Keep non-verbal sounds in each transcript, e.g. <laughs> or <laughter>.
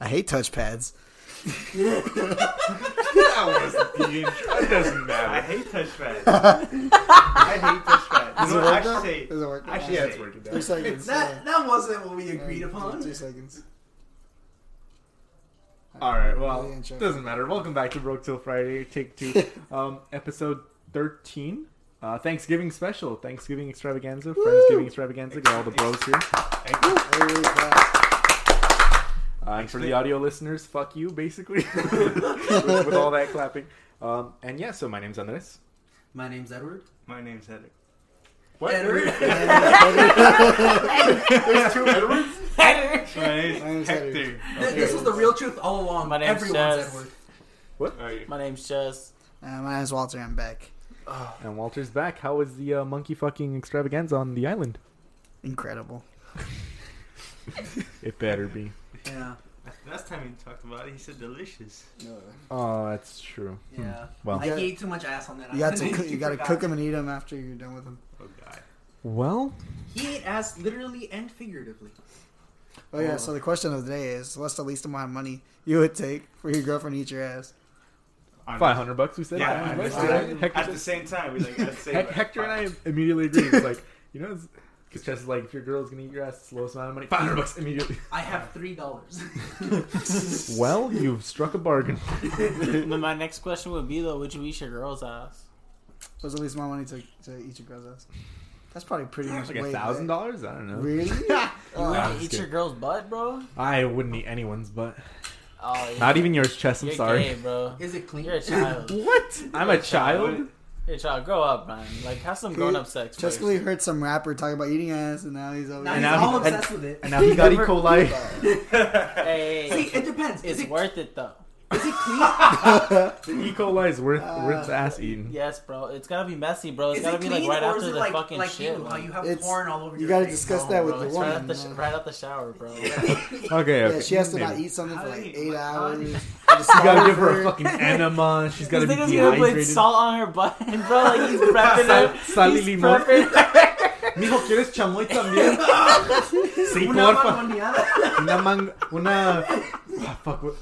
I hate touchpads. That was the intro. It doesn't I matter. hate touchpads. I hate touchpads. Does it You know, work now? actually, Does it work now? actually, Yeah, it's working Three now. seconds. That that wasn't what we yeah. agreed Yeah, upon. Two seconds. Alright, The well, intro. doesn't matter. Welcome back to Broke Till Friday, take <laughs> two, um, episode 13. Uh, Thanksgiving special, Thanksgiving extravaganza, Friendsgiving extravaganza. Get all the bros here. There we go. Uh, and for the audio listeners, fuck you, <laughs> basically, with, with all that clapping. Um, and yeah, so my name's Andres. My name's Edward. my name's Heather. What? <laughs> Edward. There's two Edwards? My name's, My name's Heather. Hector. Th- this was the real truth all along. My name's Everyone's Jess. Edward. Alright. My name's Jess. Uh, my name's Walter. I'm back. And Walter's back. How was the uh, monkey fucking extravaganza on the island? Incredible. It better be. Yeah. Last time he talked about it, he said delicious. Oh, that's true. Yeah. Well. Hmm. I You got- ate too much ass on that. You got to <laughs> island. cook, you got to <laughs> forgot. cook them and eat them after you're done with them. Oh god. Well, He ate ass literally and figuratively. Oh yeah. Oh. So the question of the day is, what's the least amount of money you would take for your girlfriend to eat your ass? I'm- 500 bucks, we said? Yeah, 500 I bucks, understand. right? Hector, At the same time, we like. <laughs> At the same Hec- Hector and I immediately agreed. It's like, <laughs> you know, because Chess is like, if your girl's going to eat your ass, it's the lowest amount of money. 500 bucks immediately. I have three dollars. <laughs> <laughs> Well, you've struck a bargain. but my next question would be though, would you eat your girl's ass? What's the least amount of money to, to eat your girl's ass? That's probably pretty much <laughs> Like a way thousand back. dollars? I don't know. <laughs> Really? You Oh, I'm wouldn't just eat your kidding. girl's butt, bro? I wouldn't eat anyone's butt. Oh, yeah. Not even yours, Chess. I'm You're sorry. gay, bro. Is it clean? You're a child. What? I'm a child? child? You're a child. Grow up, man. Like, have some grown up sex. Just First. because we heard some rapper talking about eating ass, and now he's over. Now And he's now all he- and- obsessed with it. And now he got E. coli. Hey, See, it depends. Is it's it, worth it though. is it clean? The <laughs> E. coli is worth, Uh, worth ass eating. Yes, bro. It's gotta be messy, bro. It's is gotta it be clean like right or after is it the like, fucking like shit. you, how man. you have It's- porn all over you your gotta face? discuss No, that with bro, the it's right, out woman. the sh- uh, right out the shower, bro. Okay, okay. Yeah, she has to maybe. not eat something for like Hey, eight my hours. God. <laughs> You gotta give her a fucking enema. She's gotta This be nigga's gonna put dehydrated. salt on her butt, bro. Like he's prepping Sal- her. sal y He's limón. <laughs> prepping- Mijo, ¿quieres chamoy <laughs> también? sí, Una porfa. mangoneada. Una mang... Una... Ah, fuck, what?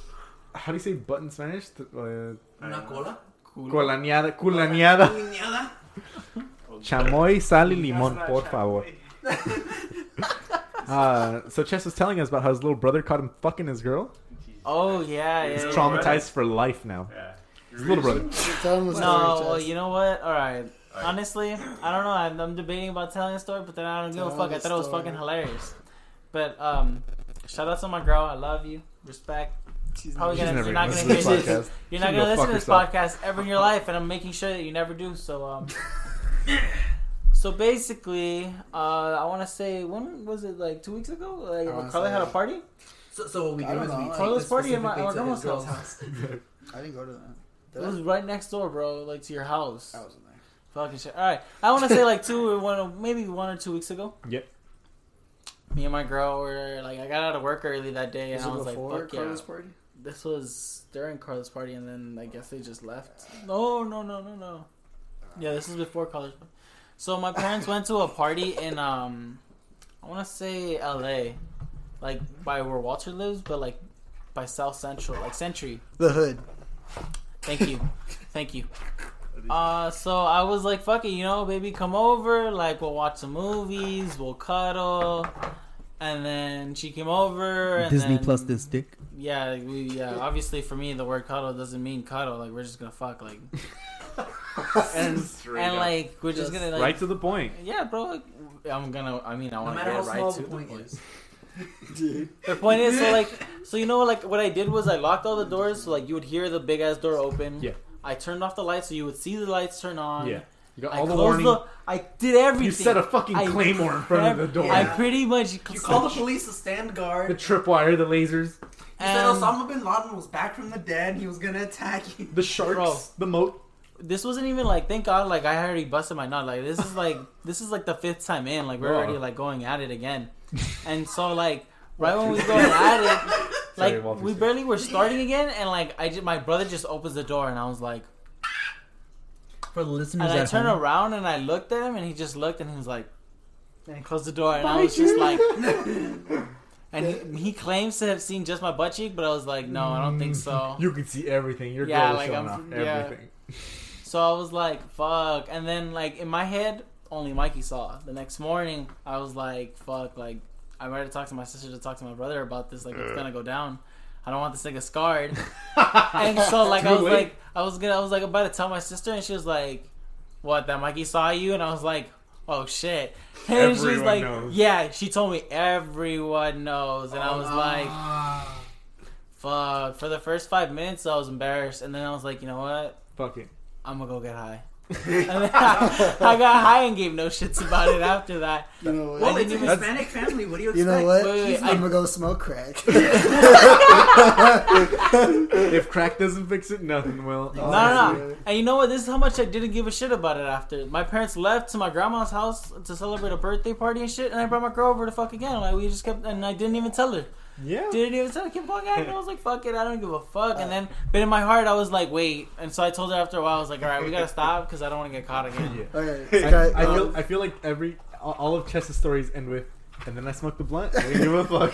How do you say butt in Spanish? T- Uh, Una cola. colaneada. Culaneada. Mangoneada. Chamoy, sal y limón, That's not por child. favor. <laughs> Uh, so Chess was telling us about how his little brother caught him fucking his girl. Jesus. Oh yeah, yeah. He's yeah. trauma- traumatized for life now. Yeah. His little brother. Tell him the story. No, well, Jess. you know what? All right. Alright. Honestly, I don't know. I'm, I'm debating about telling a story, but then I don't give a Tell fuck. I the thought it was story. fucking hilarious. But um, shout out to my girl. I love you. Respect. She's Probably She's gonna, never you're gonna not listen gonna to hear this this. podcast. She You're not can gonna go listen fuck to this podcast ever in your life, and I'm making sure that you never do. So um, <laughs> so basically, uh, I want to say when was it? Like two weeks ago? Like I wanna Carla say- had a party. So, so what we I do don't is know, we I take Carlos this party in my- specifically our to his grandma's girl's house. house. I didn't go to that. It Did I? was right next door, bro. Like to your house. I wasn't there. Fucking shit. All right, I want to say like two or one, maybe one or two weeks ago. Yep. Me and my girl were like, I got out of work early that day, and Was I it was like, before fuck Carlos' yeah. party? This was during Carlos' party, and then I guess they just left. No, no, no, no, no. Yeah, this is before Carlos. party. So my parents went to a party in um, I want to say L.A., like by where Walter lives, but like by South Central, like Century. The hood. Thank you. Thank you. Uh, so I was like, fuck it, you know, baby, come over. Like, we'll watch some movies, we'll cuddle. And then she came over. And then- dick. Yeah, we, yeah, obviously for me, the word cuddle doesn't mean cuddle. Like, we're just gonna fuck. Like, and, Straight and up. like, we're Just just gonna, like, Right to the point. yeah, bro. Like, I'm gonna, I mean, I No wanna matter how get small right to the the point point. is. Dude. The point is, so like, so you know, like what I did was I locked all the doors, so like you would hear the big ass door open. Yeah. I turned off the lights, so you would see the lights turn on. Yeah. You got um, I all the closed warning. the. I did everything. You set a fucking I- claymore in front of the door. I Yeah. pretty much. You call the police to stand guard. The tripwire, the lasers, You said "Oh, and Osama bin Laden was back from the dead. He was gonna attack you. the sharks, Bro. the moat. this wasn't even like. Thank God, like I already busted my nut. Like this is like this is like the fifth time in. Like we're Wow. already like going at <laughs> it again, and so like right when we go at it, Sorry, like Walter, we sorry. barely were starting again, and like I just, my brother just opens the door, and I was like. For the listeners And I at turned home, around and I <laughs> looked at him and he just looked and he was like, and he closed the door and I was just like, and and he, he claims to have seen just my butt cheek, but I was like, no, I <laughs> don't think so. Mm. You can see everything. Your Mm-hmm. Yeah, girl is like, showing off I'm- yeah. everything. So I was like, fuck. And then like in my head, only Mikey saw. The next morning, I was like, fuck. Like I'm ready to talk to my sister to talk to my brother about this. Like it's gonna go down. I don't want this nigga <laughs> scarred. <laughs> and so like I Too was late. like I was gonna I was like about to tell my sister and she was like, What, that Mikey saw you? And I was like, Oh shit. And she's Everyone like knows. Yeah, she told me everyone knows and Oh, I was like Fuck. For the first five minutes I was embarrassed and then I was like, you know what? Fuck it. I'm gonna go get high. <laughs> and then I, I got high and gave no shits about it after that. You know what? Well, I it's a didn't even- Hispanic family. What do you you expect? know what? Wait, wait, wait, I'm I- gonna go smoke <laughs> crack. If crack doesn't fix it, nothing will. No, No, no, Really? no. And you know what? This is how much I didn't give a shit about it after. My parents left to my grandma's house to celebrate a birthday party and shit, and I brought my girl over to fuck again. Like, we just kept, and I didn't even tell her. Yeah. Didn't even tell her. Keep fucking acting. I was like, fuck it, I don't give a fuck. And then, but in my heart, I was like, wait. And so I told her after a while, I was like, all right, we gotta stop because I don't want to get caught again. <laughs> Yeah. okay, I, okay, I um, feel I feel like every all- all of Chess's stories end with, and then I smoked the blunt. I didn't give a <laughs> fuck.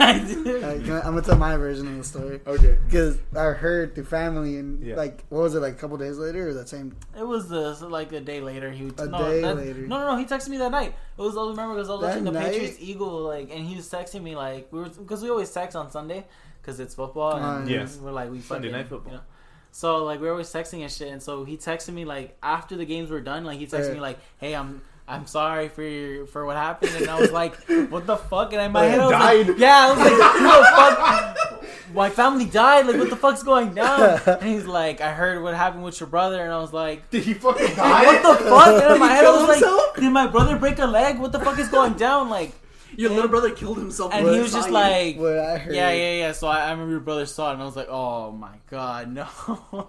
I did. Alright, can I- I'm gonna tell my version of the story Okay. because I heard through family and Yeah. like what was it like a couple days later or that same? It was the like a day later. He A no, day that- later. No, no, no. He texted me that night. It was I remember because I was That watching the night? Patriots Eagle like, and he was texting me like we were because we always text on Sunday because it's football and Right. Yes. we're like we Sunday fucking, night football. you know? So like we were always texting and shit, and so he texted me like after the games were done, like he texted Right. me like, "Hey, I'm I'm sorry for your, for what happened," and I was like, "What the fuck?" And in my Like, head, I was died. like, "Yeah," I was like, "Who the fuck?" my family died. Like, what the fuck's going down? And he's like, I heard what happened with your brother, and I was like, Did he fucking what the fuck? And in Did he my head, I kill was himself? like, did my brother break a leg? What the fuck is going down? Like, Your little brother killed himself. and when he was saw just you. like, What I heard. yeah, yeah, yeah. So I, I remember your brother saw it, and I was like, oh my god, no.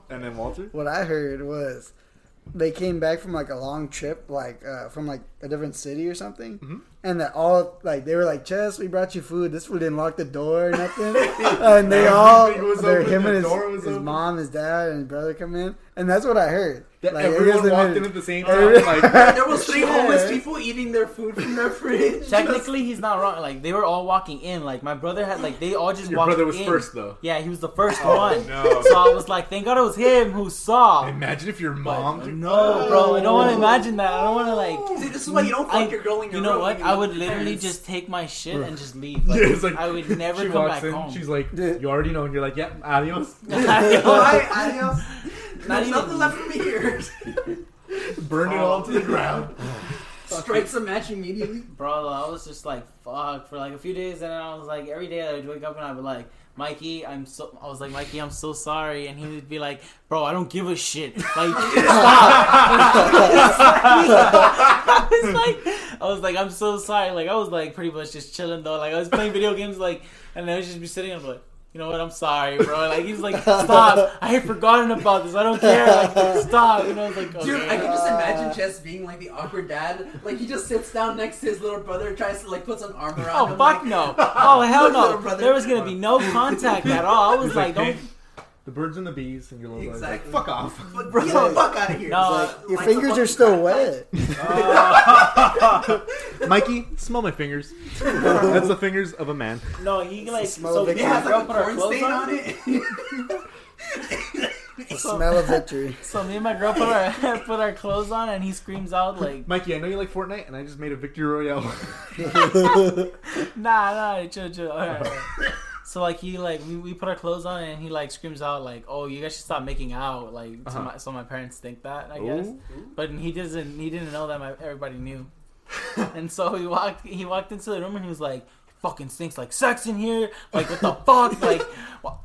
And then Walter. What I heard was they came back from like a long trip, like uh, from like a different city or something, Mhm. and that all like they were like, "Chess, we brought you food. This food didn't lock the <laughs> door or nothing." and they all, Everything was they're open, him the and his, door was his open. mom, his dad, and his brother come in, and that's what I heard. That Like, everyone it walked wasn't in at the same time. Every- Like, <laughs> there was three homeless Shit. people eating their food from their <laughs> fridge. Technically, he's not wrong. Like, they were all walking in. Like, my brother had, like, they all just your walked brother was in. first though. Yeah, he was the first Oh, one. no. So I was like, thank God it was him who saw. Imagine if your But mom. <laughs> no, bro, I don't want to imagine that. I don't want to, like, See, this is why you don't fuck I- your girl in your You know room what? when I live would with your literally parents. <laughs> just take my shit and just leave. <laughs> Like, Yeah, it's like, I would never she come walks back in. home. She's like, Dude. you already know, and you're like, yeah, adios. Bye, adios. uh, Not There's nothing even- left for me here. <laughs> Burn it all to the ground. Strikes a match immediately. Bro, I was just like, fuck, for like a few days, and I was like, every day I would wake up and I'd be like, Mikey, I'm so. I was like, Mikey, I'm so sorry, and he would be like, Bro, I don't give a shit. Like, <laughs> stop. I was like, I was like, I'm so sorry. Like, I was like, pretty much just chilling though. Like, I was playing video games, like, and I would just be sitting and be like. You know what? I'm sorry, bro. Like he's like, stop. I had forgotten about this. I don't care. Like, stop. And I was like, okay. Dude, I can just imagine Jess being like the awkward dad. Like he just sits down next to his little brother, tries to like put some arm around Oh him. fuck like, no! Oh hell Little no! brother. There was gonna be no contact at all. I was He's like, "Hey, don't. <laughs> The birds and the bees, and your little brother's Exactly. like, fuck off. <laughs> But bro, get the fuck out of here. No, Like, Your like the fingers fucking are still crack. wet. <laughs> Mikey, smell my <laughs> fingers. That's the fingers of a man. No, he like smell so of we it. It had has a girl like a put our corn clothes stain on on. <laughs> it. the smell of victory. So me and my girl put our <laughs> put our clothes on, and he screams out like, Mikey, I know you like Fortnite, and I just made a victory royale. Nah, nah, chill, chill. All right, all right. So like he like we, we put our clothes on, and he like screams out like, Oh, you guys should stop making out. Like Uh-huh. so, my, so my parents think that <laughs> I guess, Ooh. but he doesn't. He didn't know that my, everybody knew. and so he walked he walked into the room and he was like fucking stinks like sex in here like what the fuck like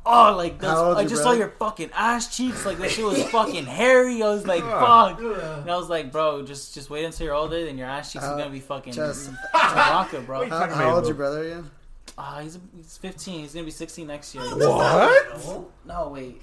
oh like those, How old's i your just saw brother? your fucking ass cheeks like that shit was fucking hairy i was like fuck and i was like bro just just wait until you're older then your ass cheeks Uh, are gonna be fucking Chess, Baraka, bro how, Made, how old's bro. your brother again? Ah, he's, he's 15 he's gonna be 16 next year Oh. What? no wait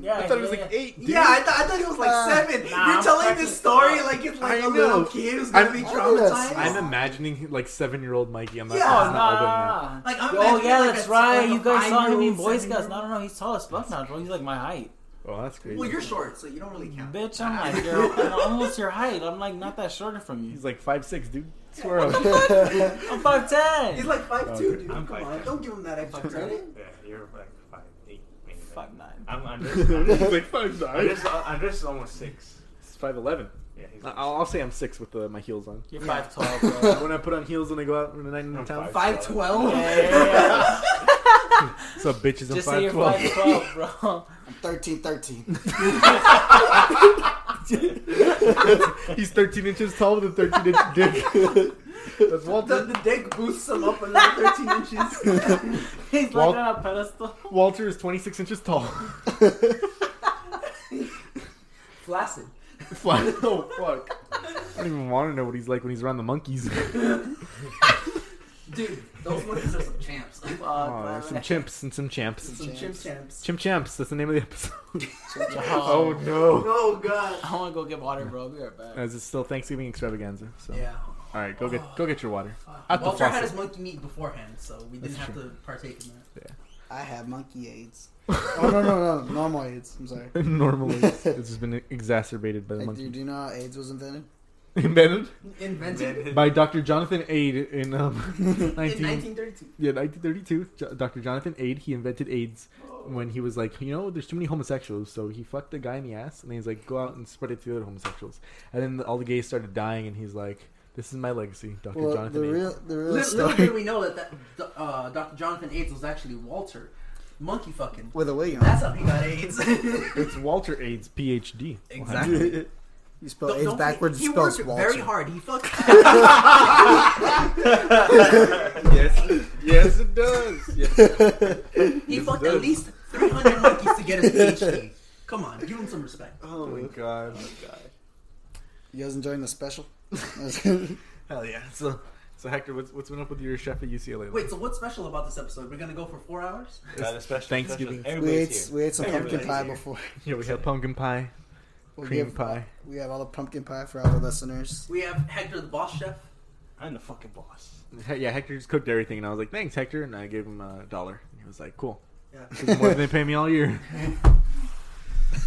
yeah I thought it was like eight. Dude. Yeah, I, th- I thought he was like Uh, seven. nah, You're telling fucking- this story like it's like I a little know. kid who's gonna I'm- be I think that's- traumatized. I'm imagining like seven-year-old Mikey. I'm not. Yeah. Yeah, not Oh, no, old enough. no, no. Like I'm Oh imagining, yeah, like, that's a- like, right. a You guys saw him in five-year-old, Boy Scouts. seven-year-old. No, no, no. He's tall as fuck now, bro. He's like my height. Oh, that's crazy. Well, you're short, so you don't really count. <laughs> Bitch, I'm like, you're I'm almost your height. I'm like not that shorter from you. He's like five six, dude. Swear on it. yeah, <laughs> I'm five ten. He's like five two, dude. I'm Come on, 5'10". don't give him that at five ten. Yeah, you're like five eight. Maybe. Five nine. I'm <laughs> Andres. He's Andres, like five nine. Andres, Andres is almost six. It's five eleven. Yeah, he's. Like, Uh, I'll, I'll say I'm six with uh, my heels on. You're Yeah. five <laughs> twelve, bro. when I put on heels when I go out in the night in the I'm town. five. Five twelve. Yeah. So bitches, I'm Just say five you're twelve. five twelve, bro. <laughs> I'm 13, 13. <laughs> He's thirteen inches tall with a thirteen inch dick. That's The, Walter. the dick boosts him up another thirteen inches. He's Well- like on a <laughs> pedestal. Walter is twenty six inches tall. <laughs> Flaccid. Flat. Oh fuck. I don't even want to know what he's like when he's around the monkeys. Dude, those monkeys are <laughs> some champs. Fuck, Oh, man. there's some chimps and some champs. some chimp Champs. champs. Chimp champs. That's the name of the episode. Oh, Oh no. Oh god. I want to go get water, bro. I'll be right back. As it's still Thanksgiving extravaganza. So. Yeah. All right, go get go get your water. At the Walter had faucet. his monkey meat beforehand, so we didn't That's have to partake in that. I have monkey AIDS. <laughs> Oh, no, no, no. Normal AIDS. I'm sorry. <laughs> Normally, it's just been exacerbated by the Hey, dude, monkey. do you know how AIDS was invented? <laughs> Invented Invented by Dr. Jonathan Aid in um, <laughs> 19, in 1932. yeah 1932. Jo- Dr. Jonathan Aid he invented AIDS when he was like, you know, there's too many homosexuals, so he fucked a guy in the ass, and then he's like, go out and spread it to the other homosexuals, and then all the gays started dying, and he's like, this is my legacy, Dr. Well, the Jonathan Aid. real, the real Little, little story did we know that, that uh, Dr. Jonathan Aids was actually Walter, monkey fucking. <laughs> with a wig on. That's how he got AIDS. It's Walter Aid's PhD. <laughs> Exactly. <laughs> you spell Don't- AIDS don't- backwards. He It worked spells Walter. very hard. He fucked. yes, yes, it does. He <laughs> Yes, fucked it at does. least 300 monkeys to get his PhD. Come on, give him some respect. Oh my god. You guys enjoying the special? <laughs> Hell yeah. So, so Hector, what's, what's been up with your chef at UCLA? Wait, so what's special about this episode? We're gonna go for four hours? Thanksgiving. we ate we ate some pumpkin Everybody's pie here. before. yeah, we had pumpkin pie, We'll cream give- pie. We have all the pumpkin pie for all the <laughs> listeners. We have Hector the boss chef. I'm the fucking boss. He- Yeah, Hector just cooked everything, and I was like, "Thanks, Hector," and I gave him a dollar, and he was like, "Cool, Yeah. this is more than they pay me all year."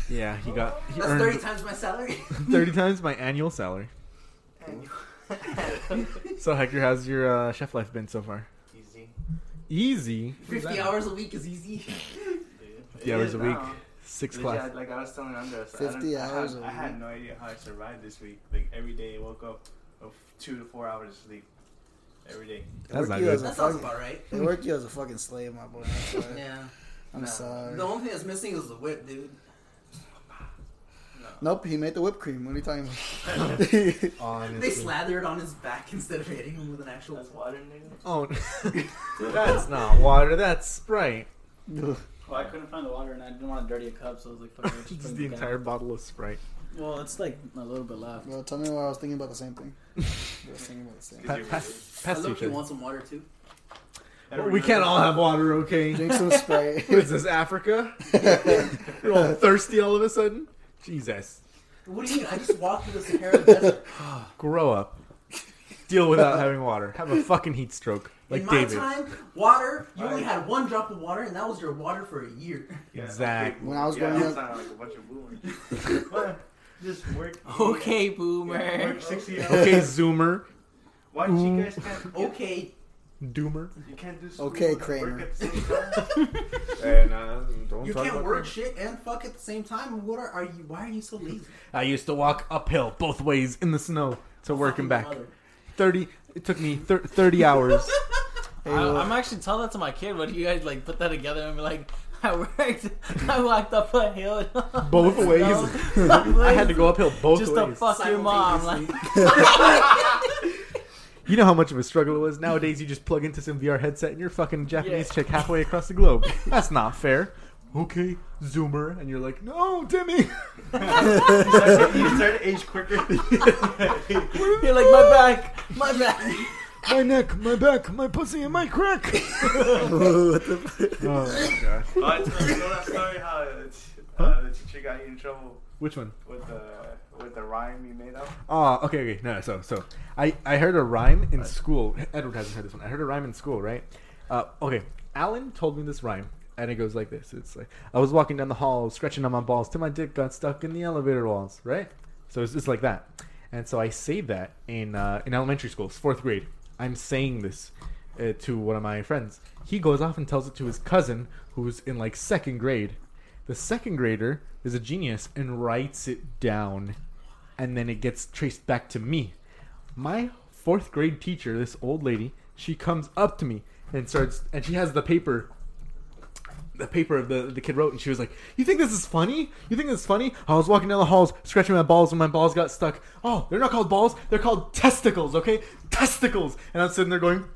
yeah, he got he That's 30 earned times my salary. <laughs> 30, times my annual salary. So Hector, how's your uh, chef life been so far? Easy. Easy, 50 hours a week is easy. fifty hours a week, six Legit, class. like I was telling Andres, 50 I, don't- hours I, a had, I had week. no idea how I survived this week. Like every day, I woke up with two to four hours of sleep. Every day. They That's work not you good. as a That sounds fucking- about right. They work you as a fucking slave, my boy. I'm sorry. Yeah. I'm Nah. sorry. The only thing that's missing is the whip, dude. Nope, he made the whipped cream. What are you talking about? They slathered on his back <laughs> instead of hitting him with an actual That's water, nigga. Oh, <laughs> that's not water. That's Sprite. <laughs> Well, I couldn't find the water and I didn't want to dirty a cup, so I was like, fuck <laughs> it. Just the entire bottle of Sprite. Well, it's like a little bit left. well, tell me why I was thinking about the same thing. I was thinking about the same. <laughs> Pa- pass, I look, you want some water too? we can't all have water, okay? Drink some <laughs> Sprite. <laughs> What is this, Africa? We're all thirsty all of a sudden? Jesus. What do you mean? I just walked through the Sahara Desert. Grow up. Deal without having water. Have a fucking heat stroke. Like In my David. time, water, you only Right. had one drop of water, and that was your water for a year. <laughs> Yeah, Exactly. When I was yeah, growing I up- sound like a bunch of <laughs> boomers. Just work. Okay, Yeah, boomer. work <laughs> 60 hours. Okay, Zoomer. Why do you guys can't? Okay, Doomer. You can't do school Okay, and Kramer. work at the same time? And, uh, don't you can't work shit and fuck at the same time. What are, are you? Why are you so lazy? I used to walk uphill both ways in the snow to work and back. Fucking mother. 30, it took me thir- 30 <laughs> hours. Hey, I, look, I'm actually telling that to my kid. What do you guys like? Put that together and be like, <laughs> I worked. I walked up a hill. <laughs> Both ways. I had to go uphill both Just to ways. fuck your mom. Like, <laughs> Simultaneously. You know how much of a struggle it was. Nowadays, you just plug into some VR headset and you're fucking Japanese Yeah. chick halfway across the globe. That's not fair. Okay, Zoomer, and you're like, no, Timmy. You start to- you start to age <laughs> quicker. you're like my back, my back. my neck, my back, my pussy, and my <laughs> crack. what the fuck? Oh my gosh. Oh, I told you know that story how uh, t- uh, the teacher got you in trouble Which one? with the with the rhyme you made up. Ah, okay, okay. No, no, so, so, I, I heard a rhyme in school. Edward hasn't heard this one. I heard a rhyme in school, right? Uh, okay, Alan told me this rhyme, and it goes like this. It's like, I was walking down the hall, scratching on my balls, till my dick got stuck in the elevator walls, right? So it's just like that. And so I saved that in uh, in elementary school, it's fourth grade. I'm saying this uh, to one of my friends. He goes off and tells it to his cousin, who's in like second grade. The second grader is a genius and writes it down, and then it gets traced back to me. My fourth grade teacher, this old lady, she comes up to me and starts, and she has the paper the paper the, the kid wrote, and she was like, "You think this is funny? You think this is funny?" I was walking down the halls, scratching my balls, and my balls got stuck. Oh, they're not called balls; they're called testicles. Okay, testicles. And I'm sitting there going, <laughs>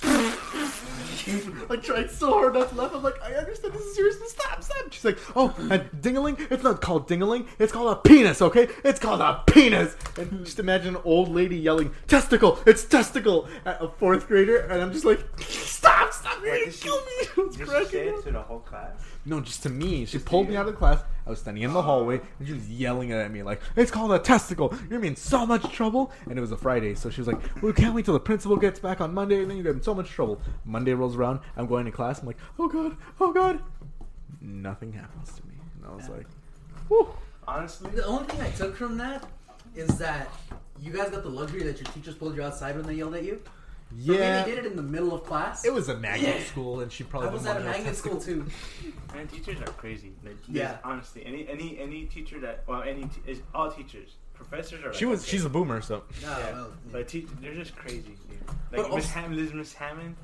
I tried so hard not to laugh. I'm like, I understand this is serious, but stop, stop. She's like, oh, and dingaling. It's not called dingaling. It's called a penis. Okay, it's called a penis. And just imagine an old lady yelling, "Testicle! It's testicle!" at a fourth grader, and I'm just like, stop, stop! You're Wait, gonna did she- kill me. <laughs> I was Did she cracking say up. it to the whole class? No, just to me. She Just to pulled me you. out of the class. I was standing in the hallway, and she was yelling at me like, "It's called a testicle. You're in so much trouble." And it was a Friday, so she was like, "We can't wait till the principal gets back on Monday, and then you're in so much trouble." Monday rolls around. I'm going to class. I'm like, "Oh god, oh god." Nothing happens to me, and I was like, "Whew." Honestly, The only thing I took from that is that you guys got the luxury that your teachers pulled you outside when they yelled at you. For me, "Yeah." they did it in the middle of class. It was a magnet Yeah. school, and she I probably was didn't at a want magnet testicle. school <laughs> too. man, teachers are crazy. They, they- Yeah. Honestly, any any any teacher that well, any t- is all teachers, professors are. She like, was. okay. She's a boomer, so No, Yeah. well, But teach, they're just crazy, dude. But Like Miss also- Hammond, Liz Miss Hammond,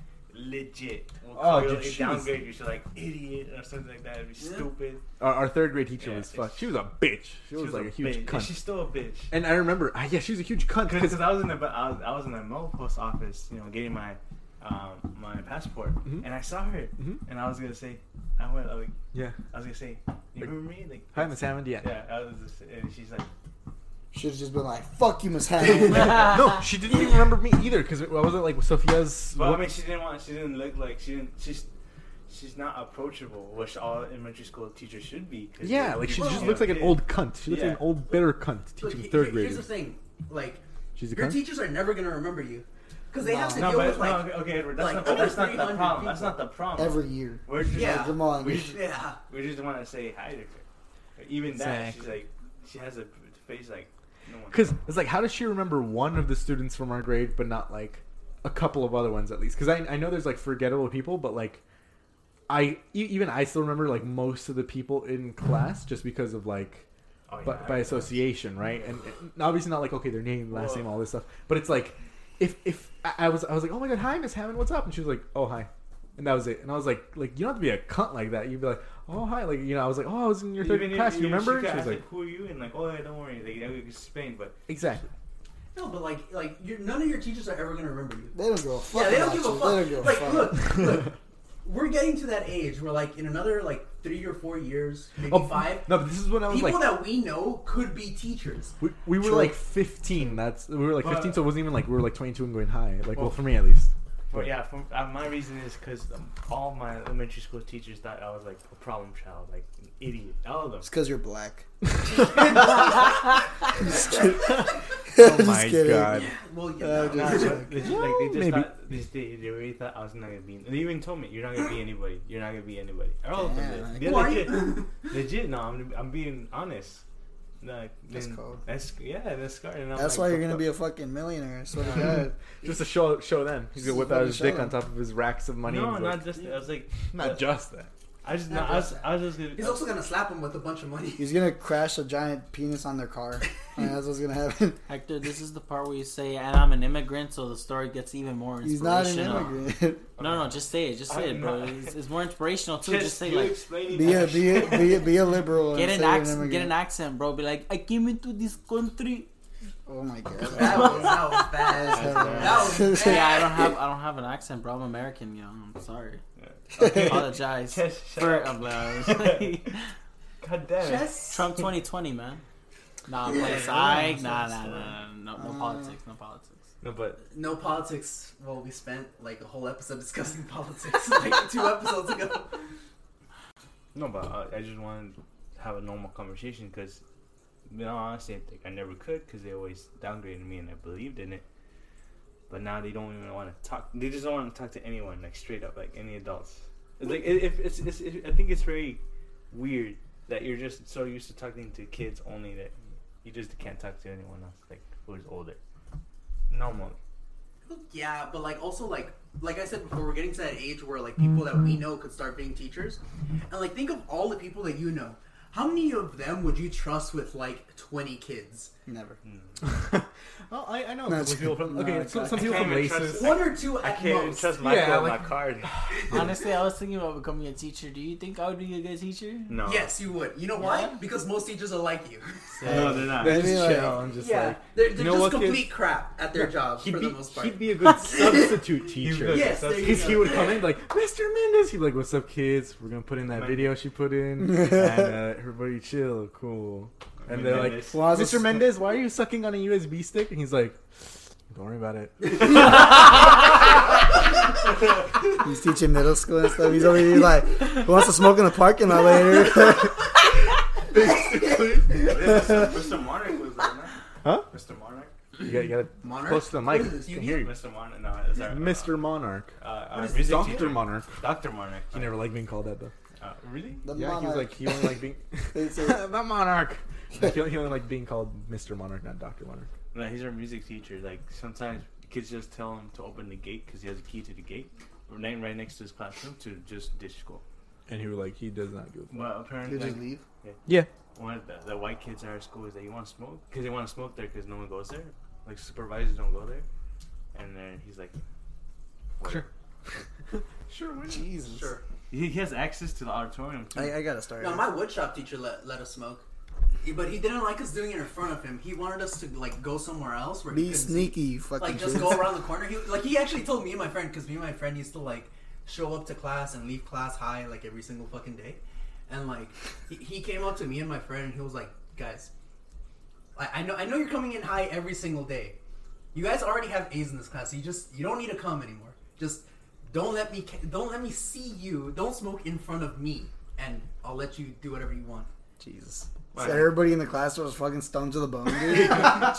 legit. will Oh, call dude, you, like, she was- downgrade you. She's like idiot or something like that. It'd be Yeah. stupid. our, our third grade teacher Yeah, was it's- fuck. She was a bitch. She, was, like a huge bitch. And cunt. she's still a bitch. and I remember, ah, yeah, she was a huge cunt because Because I was in the I was, I was in the mail post office, you know, getting my um, my passport, Mhm. and I saw her, Mhm. and I was gonna say, I went, I was, like, yeah. I was gonna say, you Like, remember me? Like, Hi, Miss Hammond. Yeah. <laughs> Yeah, I was, just, and she's like, Should have just been like, "Fuck you, Miss Hammond." no, she didn't even remember me either because I wasn't like Sophia's. well, I mean, she didn't want, she didn't look like, she didn't, she's. She's not approachable, which all elementary school teachers should be. 'cause yeah, they- like she you just know, looks like an kid. old cunt. She looks Yeah. like an old bitter cunt Look, teaching he- third here- grade. Here's the thing, like She's a your cunt. teachers are never gonna remember you because they have to No, deal but with like no, okay, Edward, that's like, not, but over that's not the 300 problem. That's people. not the problem. Every year, We're just, Yeah. Like, come on. we <laughs> just, yeah. we just want to say hi to her. But even that, she's Exactly. like, she has a face like no one. Because it's like, how does she remember one of the students from our grade, but not like a couple of other ones at least? Because I, I know there's like forgettable people, but like I e- even I still remember like most of the people in class just because of like Oh, yeah, by, I by know. association, right? And, and obviously not like okay, their name, last Well- name, all this stuff. But it's like if if I I was I was like, oh my god, hi Miss Hammond, what's up? And she was like, oh hi, and that was it. And I was like, like you don't have to be a cunt like that. You'd be like, oh hi, like you know, I was like, oh I was in your third Even if- class, you even if remember? She, She, could was ask, like, like, "Who are you?" And like, "Oh, yeah, don't worry, they they explain." But exactly. No, but like like you're, none of your teachers are ever gonna remember you. They don't give a fuck. yeah, they don't about give you. a fuck. They don't give a like fuck. <laughs> look, look, we're getting to that age where like in another like three or four years, maybe Oh, five, No, but this is when I was people like, that we know could be teachers. we, we were True. like 15. That's we were like But- 15, so it wasn't even like we were like 22 and going high. Like, well, Well- for me at least. but yeah, from, uh, my reason is because um, all my elementary school teachers thought I was like a problem child, like an idiot. <laughs> All of them. It's because you're <laughs> black. <laughs> Oh <laughs> Oh <laughs> Just my kidding. god. Well, yeah, Uh, no, Nah, It's but like, they just, like they well, just maybe. thought they, they, they really thought I was not gonna be. They even told me, "You're not gonna be anybody. You're not gonna be anybody." All of them. Damn. did. They're Who are legit. you? Legit, no, I'm, I'm being honest. Like, That's then- cold. That's yeah, that's scarred. and I'm That's like, why you're what gonna be the- a fucking millionaire. I swear to God. Just to show show them, he's gonna whip out his Show dick them. on top of his racks of money. No, and be like, not just. I was like, not just that. I just, no, Not I was, just I was just gonna. <laughs> He's also gonna slap him with a bunch of money. He's gonna crash a giant penis on their car. I mean, that's what's gonna happen. <laughs> Hector, this is the part where you say, "And I'm an immigrant," so the story gets even more He's inspirational. not an immigrant. <laughs> No, no, just say it. Just say I'm it, bro. <laughs> not- It's, it's more inspirational too. Just, say you like, explaining be a that be a, shit. be a, be a liberal. get and an say you're accent, get an immigrant. accent, bro. Be like, I came into this country. <laughs> Oh my god. <laughs> That was that was <laughs> bad. That was bad. Yeah, I don't have, I don't have an accent, bro. I'm American, yo. I'm <laughs> sorry. <laughs> Okay. Apologize. Chess, <laughs> shut For, up. I'm <laughs> like- God damn it. Chess. Trump 2020, man. Nah, I'm Yeah, playing. yeah, I- that's nah, what nah, I'm nah, no, no Uh, politics, no politics. No, but No politics. Well, we spent like a whole episode discussing <laughs> politics like two episodes ago. no, but uh, I just wanted to have a normal conversation because, in all honesty, I think I never could because they always downgraded me and I believed in it. But now they don't even want to talk. They just don't want to talk to anyone, like straight up, like any adults. It's like if it's, it's, it- I think it's very weird that you're just so used to talking to kids only that you just can't talk to anyone else. Like who is older. Normally. Yeah, but like also like like I said before, we're getting to that age where like people that Mm-hmm. we know could start being teachers, and like think of all the people that you know. How many of them would you trust with like twenty kids? Never. Well, Oh, I, I know a No, couple it's- people from no, okay, it's some, not. some people I can't from even trust races. One or two at I can't even most. trust Michael Yeah, with like- my card. Honestly, I was thinking about becoming a teacher. Do you think I would be a good teacher? No. <sighs> Yes, you would. You know why? Yeah. Because most teachers are <laughs> like you. No, they're not. Maybe Just like, chill. oh, I'm just like they're, they're You know just what, kids? complete crap at their jobs he'd for be, the most part. he'd be a <laughs> good substitute good. teacher. yes, there you Because go. he would come in like, Mr. Mendez. He'd be like, what's up, kids? We're going to put in that Man. video she put <laughs> in. and uh, everybody chill. Cool. And they're like, Mendez. Well, I was Mr. just- Mendez, why are you sucking on a USB stick? And he's like, don't worry about it. He's teaching middle school and stuff. He's over here like, who wants to smoke in the parking lot later? <laughs> Mr. Monarch was like, that. Huh? Mr. Monarch? You gotta, you gotta <laughs> Monarch? close to the What mic. is this, Can Yu-Gi-Oh? hear you. Mr. Monarch? No, it's our, Mr. Monarch. Uh, uh, is music Dr. teacher. Monarch. Dr. Monarch. He never liked being called that though. Uh, really? The yeah, he was like, he only liked being It's <laughs> a- the Monarch. Like, he only he only liked being called Mr. Monarch, not Dr. Monarch. No, he's our music teacher. Like sometimes kids just tell him to open the gate because he has a key to the gate, right, right next to his classroom to just ditch school. And he was like, he does not give a fuck. Well, apparently, Did you like, leave? Yeah. one of the, the white kids at our school is that you want to smoke because they want to smoke there because no one goes there. Like supervisors don't go there, and then he's like, "Wait." Sure. <laughs> sure, why not? Jesus. Sure. He, he has access to the auditorium too. I, I gotta start. No, my woodshop teacher let, let us smoke, He- but he didn't like us doing it in front of him. He wanted us to like go somewhere else where he Be couldn't see. sneaky, you fucking Like just shit. <laughs> go around the corner. He like he actually told me and my friend because me and my friend used to like show up to class and leave class high like every single fucking day, and like he, he came up to me and my friend and he was like, guys, I, I know I know you're coming in high every single day. You guys already have A's in this class. So you just you don't need to come anymore. Just don't let me ca- don't let me see you. Don't smoke in front of me, and I'll let you do whatever you want. Jesus. So Why? everybody in the class was fucking stoned to the bone, dude.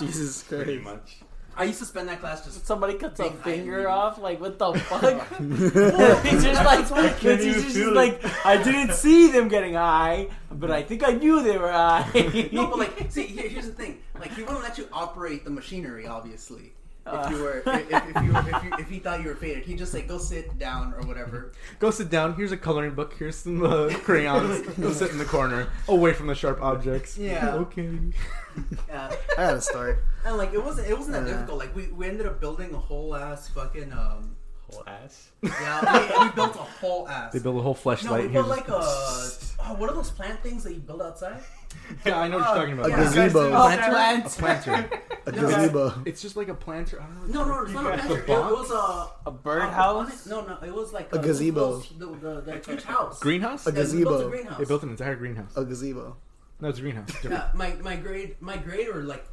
Jesus pretty Christ. much. I used to spend that class just Somebody cuts a Big finger eye. off, like what <laughs> the fuck? the teacher's <laughs> like, the even teacher's just feel like, I didn't see them getting high, but I think I knew they were <laughs> high. No, but like, see, here, here's the thing. Like, he wouldn't let you operate the machinery, obviously. Uh. If you were, if, if you were, if, you, if he thought you were faded, he'd just say, "Go sit down" or whatever. Go sit down. Here's a coloring book. Here's some uh, <laughs> crayons. Go sit in the corner, away from the sharp objects. <laughs> Yeah. Okay. Uh, I gotta start. and like, it wasn't, it wasn't that Yeah. difficult. Like, we, we ended up building a whole ass fucking um. Whole ass. Yeah, <laughs> we, we built a whole ass. They build a whole no, we fleshlight. built like a oh, what are those plant things that you build outside? <laughs> yeah, I know what you're talking about. A Yeah. gazebo. Oh, A plant. planter. gazebo. It's just like a planter. I don't know. No, no, it's not a got picture. It the box? was a A birdhouse? No, no, it was like A gazebo. those- The, the, the huge house. greenhouse. A Yeah, we built gazebo. greenhouse. They built an entire greenhouse. A gazebo. No, it's a greenhouse. Different. Yeah, my my grade my grade or like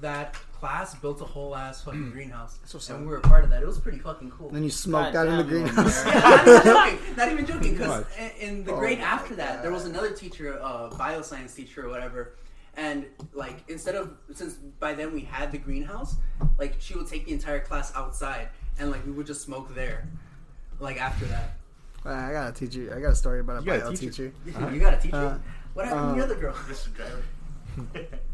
that class built a whole ass fucking greenhouse, Mm. so sad. and we were a part of that. It was pretty fucking cool. Then you smoked out God in the damn, you were greenhouse. there. <laughs> Yeah, not even joking. Not even joking. Because What? in the Oh grade my after that, there was God. another teacher, uh, bioscience teacher or whatever, and like instead of since by then we had the greenhouse, like she would take the entire class outside, and like we would just smoke there. Like after that, <laughs> Uh, I got a teacher. I got a story about a You got a bio teacher. teacher. you got a teacher. Uh, what happened to the uh, other girl? Mr. Driver.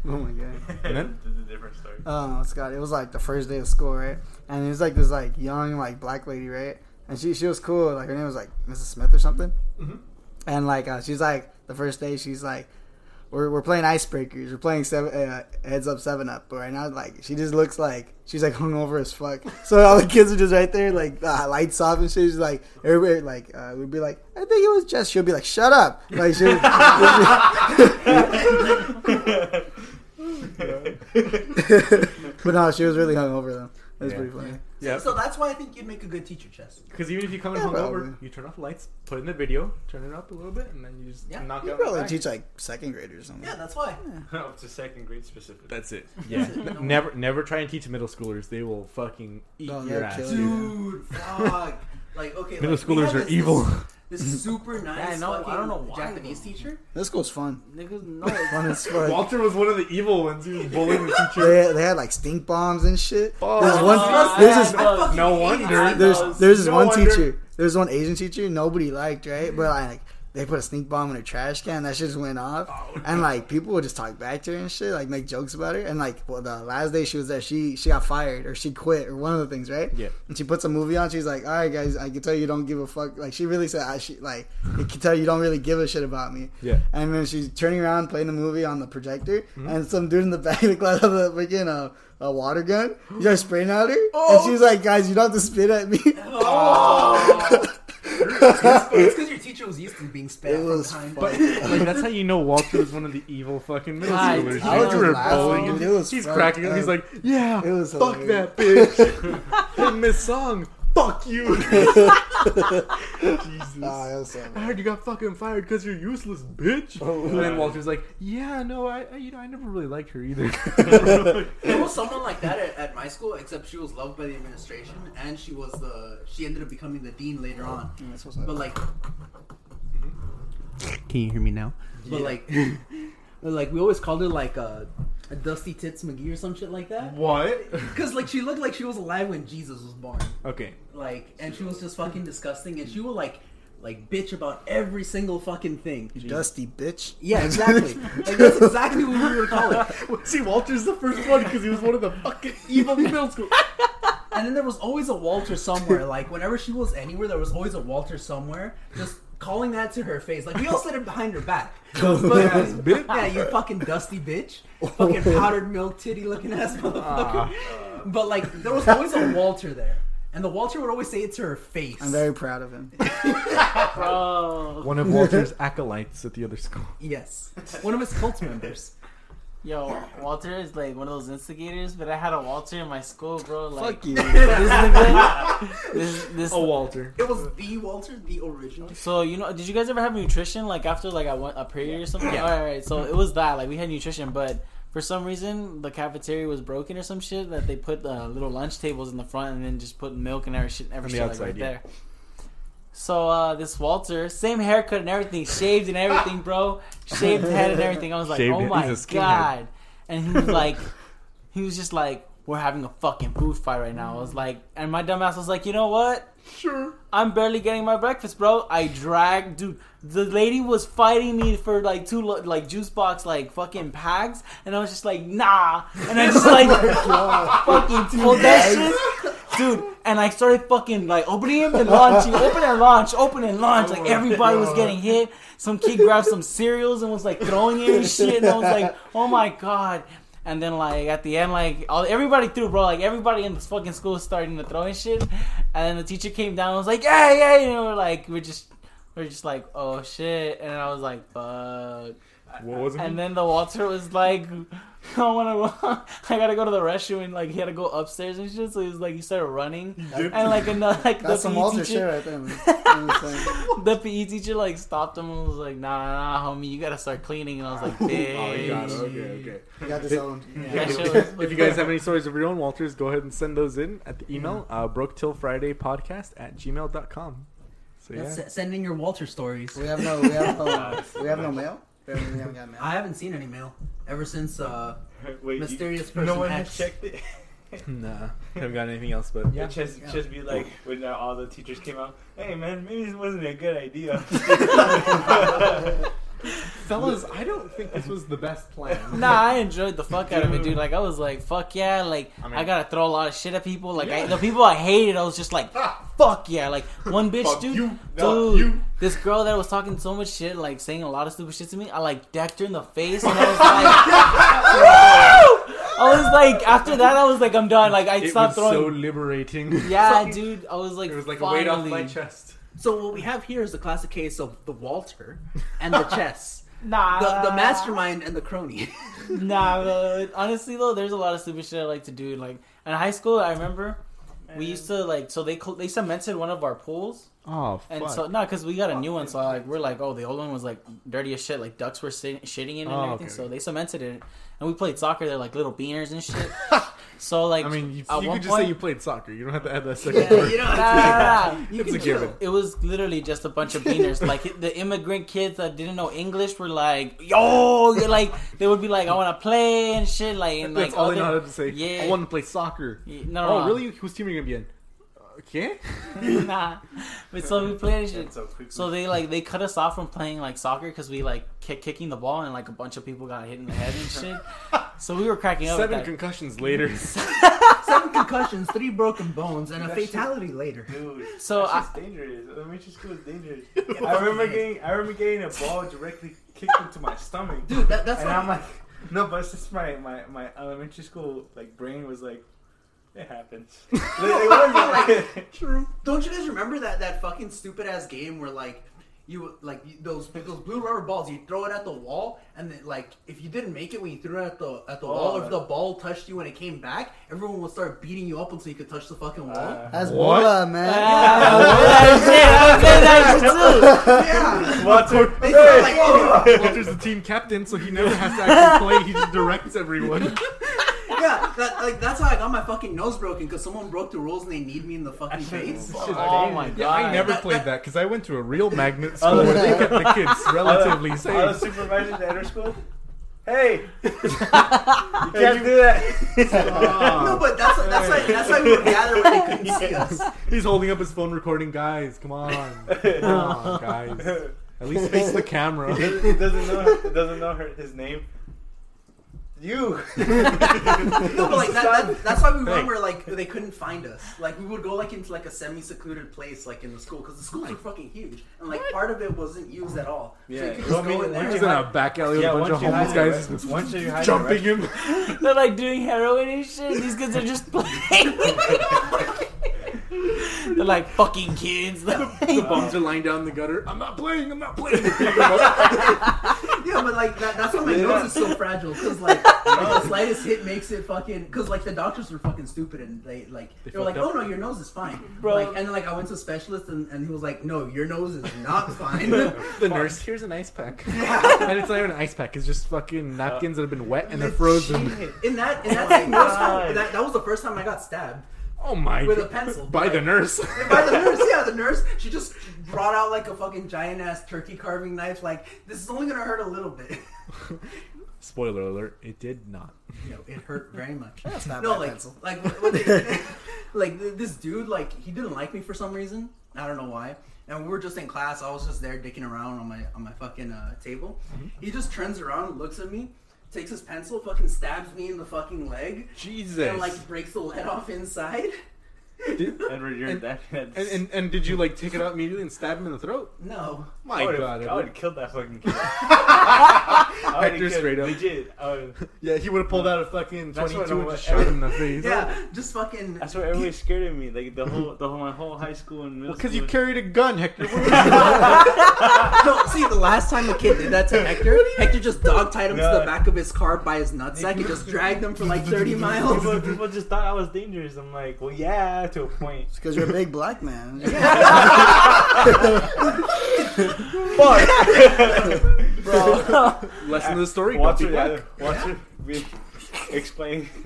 Oh my god. And then? This is a different story. Oh, Scott. It was like the first day of school, right? And it was like this like young like black lady, right? And she she was cool. Like her name was like Mrs. Smith or something. Mm-hmm. And like uh, she's like the first day, she's like, we're we're playing icebreakers. We're playing seven uh, heads up, seven up. But right now, like she just looks like she's like <laughs> hungover as fuck. So all the kids are just right there, like the lights off and shit. She's like everybody like uh, would be like, I think it was Jess. She'll be like, shut up. Like <laughs> she. but no, she was really hungover though. That's Yeah. pretty funny. Yeah. So that's why I think you'd make a good teacher, Chess. Because even if you come in Yeah, hungover, probably. you turn off the lights, put in the video, turn it up a little bit, and then you just Yeah, knock You out. the probably back. teach like second graders or something. Yeah, that's why. Up to second grade specifically. That's it. Yeah. That's it. N- never, never try and teach middle schoolers. They will fucking eat No, your they'll ass. kill dude. you. <laughs> Dude, fuck. Like, okay. Middle like, we schoolers had are this- evil. This, <laughs> this super nice Yeah, I know, I fucking don't know why, Japanese though. <laughs> teacher. This school's fun. Niggas, no. Fun as fuck. Walter was one of the evil ones. He was bullying the teacher. They, they had like stink bombs and shit. <laughs> Oh, There's no, one. I There's had this. those. I fucking No hated wonder. it. There's those. there's this No one wonder. teacher. There's one Asian teacher nobody liked, right? But like they put a sneak bomb in a trash can. That shit just went off, Oh, and like people would just talk back to her and shit, like make jokes about her. And like well, the last day she was there, she she got fired or she quit or one of the things, right? Yeah. And she puts a movie on. She's like, "All right, guys, I can tell you don't give a fuck." Like she really said, "I she like I can tell you don't really give a shit about me." Yeah. And then she's turning around playing the movie on the projector, Mm-hmm. and some dude in the <laughs> back of the class has a freaking uh, a water gun. He starts spraying at her, Oh. and she's like, "Guys, you don't have to spit at me." <laughs> <laughs> Oh. it's because your teacher was used to being spat It all the was time. fun. Like that's how you know Walter is one of the evil fucking middle I- schoolers. I was You were laughing, bullying dude. him. It was He's fun. cracking up. He's like, yeah, It was fuck hilarious. that <laughs> bitch. and Miss Song, fuck you. <laughs> Jesus. Nah, it was so I bad. heard you got fucking fired because you're useless, bitch. Oh, and then Walter's like, yeah, no, I, I, you know, I never really liked her either. <laughs> There was someone like that at, at my school, except she was loved by the administration, and she was the she ended up becoming the dean later on. That's what's up. But like, can you hear me now? But like, <laughs> but like we always called her like uh, a Dusty Tits McGee or some shit like that, what? because like she looked like she was alive when Jesus was born. <laughs> Okay. Like, and she was just fucking disgusting, and she would like like bitch about every single fucking thing. Dusty bitch. <laughs> Yeah, exactly. like that's exactly what we would call it. See, Walter's the first one because he was one of the fucking <laughs> evil middle school. And then there was always a Walter somewhere. Like whenever she was anywhere, there was always a Walter somewhere. Just calling that to her face. Like we all said it behind <laughs> her back. ass But, uh, bitch. yeah, you fucking dusty bitch. Fucking powdered milk titty looking ass Ah. motherfucker. But like there was always a Walter there. And the Walter would always say it to her face. I'm very proud of him. Bro. One of <laughs> Walter's acolytes at the other school. Yes. One of his cult members. Yo, Walter is like one of those instigators, but I had a Walter in my school, bro. Like, Fuck you. this nigga. This, this, Walter. It was the Walter, the original. So you know, did you guys ever have nutrition like after like I went a period or something? Yeah. All right, all right. So it was that like we had nutrition, but for some reason the cafeteria was broken or some shit that they put uh, little lunch tables in the front and then just put milk and every shit, every On the shit outside, like right yeah. there. So uh, this Walter, same haircut and everything, shaved and everything, bro, shaved head and everything. I was like, Shaved oh head. my He's a skinhead. god, and he was like, he was just like, we're having a fucking food fight right now. I was like, and my dumbass was like, you know what? Sure. I'm barely getting my breakfast, bro. I dragged, dude. The lady was fighting me for like two, lo- like juice box, like fucking packs, and I was just like, nah. And I just like fucking pulled that shit, dude. And I started fucking like opening him and launching, open and launch, open and launch. Like everybody was getting hit. Some kid grabbed some cereals and was like throwing it and shit, and I was like, oh my god. And then like at the end, like all, everybody threw, bro. Like everybody in this fucking school was starting to throw and shit. And then the teacher came down and was like, "Hey, hey!" And we're like, we're just, we're just like, "Oh shit!" And I was like, "Fuck!" What was it? And then the Walter was like, <laughs> "I want to, <laughs> I gotta go to the restroom." And like he had to go upstairs and shit. So he was like, he started running. And like another, like That's the some PE Walter shit teacher, right there. man. You know what I'm saying? the PE teacher like stopped him and was like, "Nah, nah, homie, you gotta start cleaning." And I was like, "Bitch." Oh, you got it. Okay, okay. You got this <laughs> own. That shit was- if you guys have any stories of your own Walters, go ahead and send those in at the email, uh, broketillfridaypodcast at gmail.com. So, yeah. That's it, sending your Walter stories. We have no. We have no. <laughs> We have no mail. We haven't, we haven't got mail. I haven't seen any mail ever since uh <laughs> Wait, Mysterious you, <laughs> no person one X. has checked it. Nah, haven't got anything else, but Yeah, <laughs> just, just be like when uh, all the teachers came out. Hey man, maybe this wasn't a good idea. <laughs> Fellas, I don't think this was the best plan. Nah, I enjoyed the fuck out of it, dude. Like I was like, fuck yeah, like I, mean- gotta throw a lot of shit at people. Like I, the people I hated, I was just like, fuck yeah. Like <laughs> one bitch, Fuck dude, you. Fuck dude, you. this girl that was talking so much shit, like saying a lot of stupid shit to me, I like decked her in the face, and I <laughs> was like, Woo! I was like, after that, I was like, I'm done. Like I <laughs> It stopped was so throwing. liberating. <laughs> <laughs> yeah, dude, I was like, It was like finally. a weight off my chest. So what we have here is the classic case of the Walter and the chess. Nah, the, the mastermind and the crony. nah, but honestly though, there's a lot of stupid shit I like to do. Like in high school, I remember we used to like so they cl- they cemented one of our pools, Oh, and so no, because we got a new one, so like we're like, oh, the old one was like dirty as shit, like ducks were sit- shitting in it and Oh, everything. okay. So they cemented it, and we played soccer. They're like little beaners and <laughs> shit. so like, I mean, you, you at could one just point- say you played soccer. You don't have to add that second yeah, part. <laughs> you know <laughs> Nah, nah, nah, nah. you It's can a given. chill. It was literally just a bunch <laughs> of beaners. like it- the immigrant kids that didn't know English were like, "Yo," they're like they would be like, "I want to play" and shit. Like, and, That's like all they know how other- to say. Yeah. I want to play soccer. Uh, Yeah, No, no, oh, no. <laughs> <laughs> really? Whose team are you going to be in? Okay. <laughs> nah. But so we played <laughs> shit. so quickly. So they like they cut us off from playing like soccer because we like kept kicking the ball and like a bunch of people got hit in the head <laughs> and shit. So we were cracking up. at Seven that. concussions later. <laughs> seven concussions, three broken bones, and a That shit- fatality later. Dude, So so I- that's dangerous. Elementary school is dangerous. I remember getting, I remember getting a ball directly kicked into my stomach, Dude, that, that's and what I'm like, no, but it's just my, my, my elementary school like brain was like, it happens. Like, it wasn't <laughs> like- Don't you guys remember that that fucking stupid ass game where like you like you- those those blue rubber balls you throw it at the wall and then like if you didn't make it when you threw it at the at the wall Oh. if the ball touched you when it came back everyone would start beating you up until you could touch the fucking wall. Uh, That's What? Bola, man. Ah, that shit, I played <laughs> that shit too. yeah, Walter, <laughs> <laughs> they start like <laughs> Walter's the team captain, so he never has to <laughs> actually play. He just directs everyone. yeah that, like that's how I got my fucking nose broken because someone broke the rules and they need me in the fucking face. Oh my Yeah, I god! never That- played that- that because I went to a real <laughs> magnet school where they kept the kids relatively All the safe. supervisors at our school. <laughs> Hey, you can't do that. no, <laughs> but that's that's why that's why we would gather when they couldn't see us. <laughs> He's holding up his phone, recording. Guys, come <laughs> on, come on, guys. At least face the <laughs> camera. it doesn't know. It doesn't know her, his name. You. No, but like that, that, that's why we remember like they couldn't find us. Like we would go like into like a semi-secluded place like in the school because the schools were fucking huge and like part of it wasn't used at all. so Yeah. you could Well, just I mean, go in once there. He's and, in like, a back alley with Yeah, a bunch once of you homeless hide it, guys right? Once you hide it, jumping right? him. They're like doing heroin and shit. These kids are just playing. <laughs> They're like <laughs> fucking kids. <laughs> The bums are lying down in the gutter. I'm not playing. I'm not <laughs> playing. They're picking him up. yeah, but like that, that's why my Yeah. nose is so fragile because <laughs> like the slightest hit makes it fucking because like the doctors were fucking stupid and they like they, were like, fucked up. oh no, your nose is fine, Bro. Like, and then, like I went to a specialist and, and he was like, no, your nose is not <laughs> fine. The nurse, here's an ice pack. and it's not even an ice pack, it's just fucking napkins that have been wet and they're frozen. in that in that same nose, God. that, that was the first time I got stabbed. Oh my With a pencil. By the nurse. <laughs> By the nurse, yeah, the nurse. She just brought out like a fucking giant ass turkey carving knife. Like this is only gonna hurt a little bit. <laughs> Spoiler alert, it did not. you know, it hurt very <laughs> much. That's not no, my like, pencil. like, what, what they, <laughs> like th- this dude, like he didn't like me for some reason. I don't know why. And we were just in class. I was just there dicking around on my on my fucking uh, table. Mm-hmm. He just turns around, looks at me, takes his pencil, fucking stabs me in the fucking leg, Jesus. and like breaks the lead off inside. Did- Edward, you're And- that. and, and, and did you like take it out immediately and stab him in the throat? No, My would've- god. I would Edward. have killed that fucking <laughs> kid. I would've Hector killed- straight up. Legit. I would've- Yeah, he would have pulled out a fucking That's 22 what I and want. just shot him in <laughs> the face. yeah, just fucking. That's why everybody's scared of me. Like the whole, the whole, my whole high school and middle Because school. you carried a gun, Hector. What was- <laughs> No, see, the last time a kid did that <laughs> to Hector, Hector just dog tied him to No. the back of his car by his nutsack and just dragged him for like <laughs> 30 miles. People, people just thought I was dangerous. I'm like, well, yeah, to a point. Because you're a big black man. Bro, <laughs> Lesson of the story. don't Walter, be yeah, black. Walter, we explain. <laughs>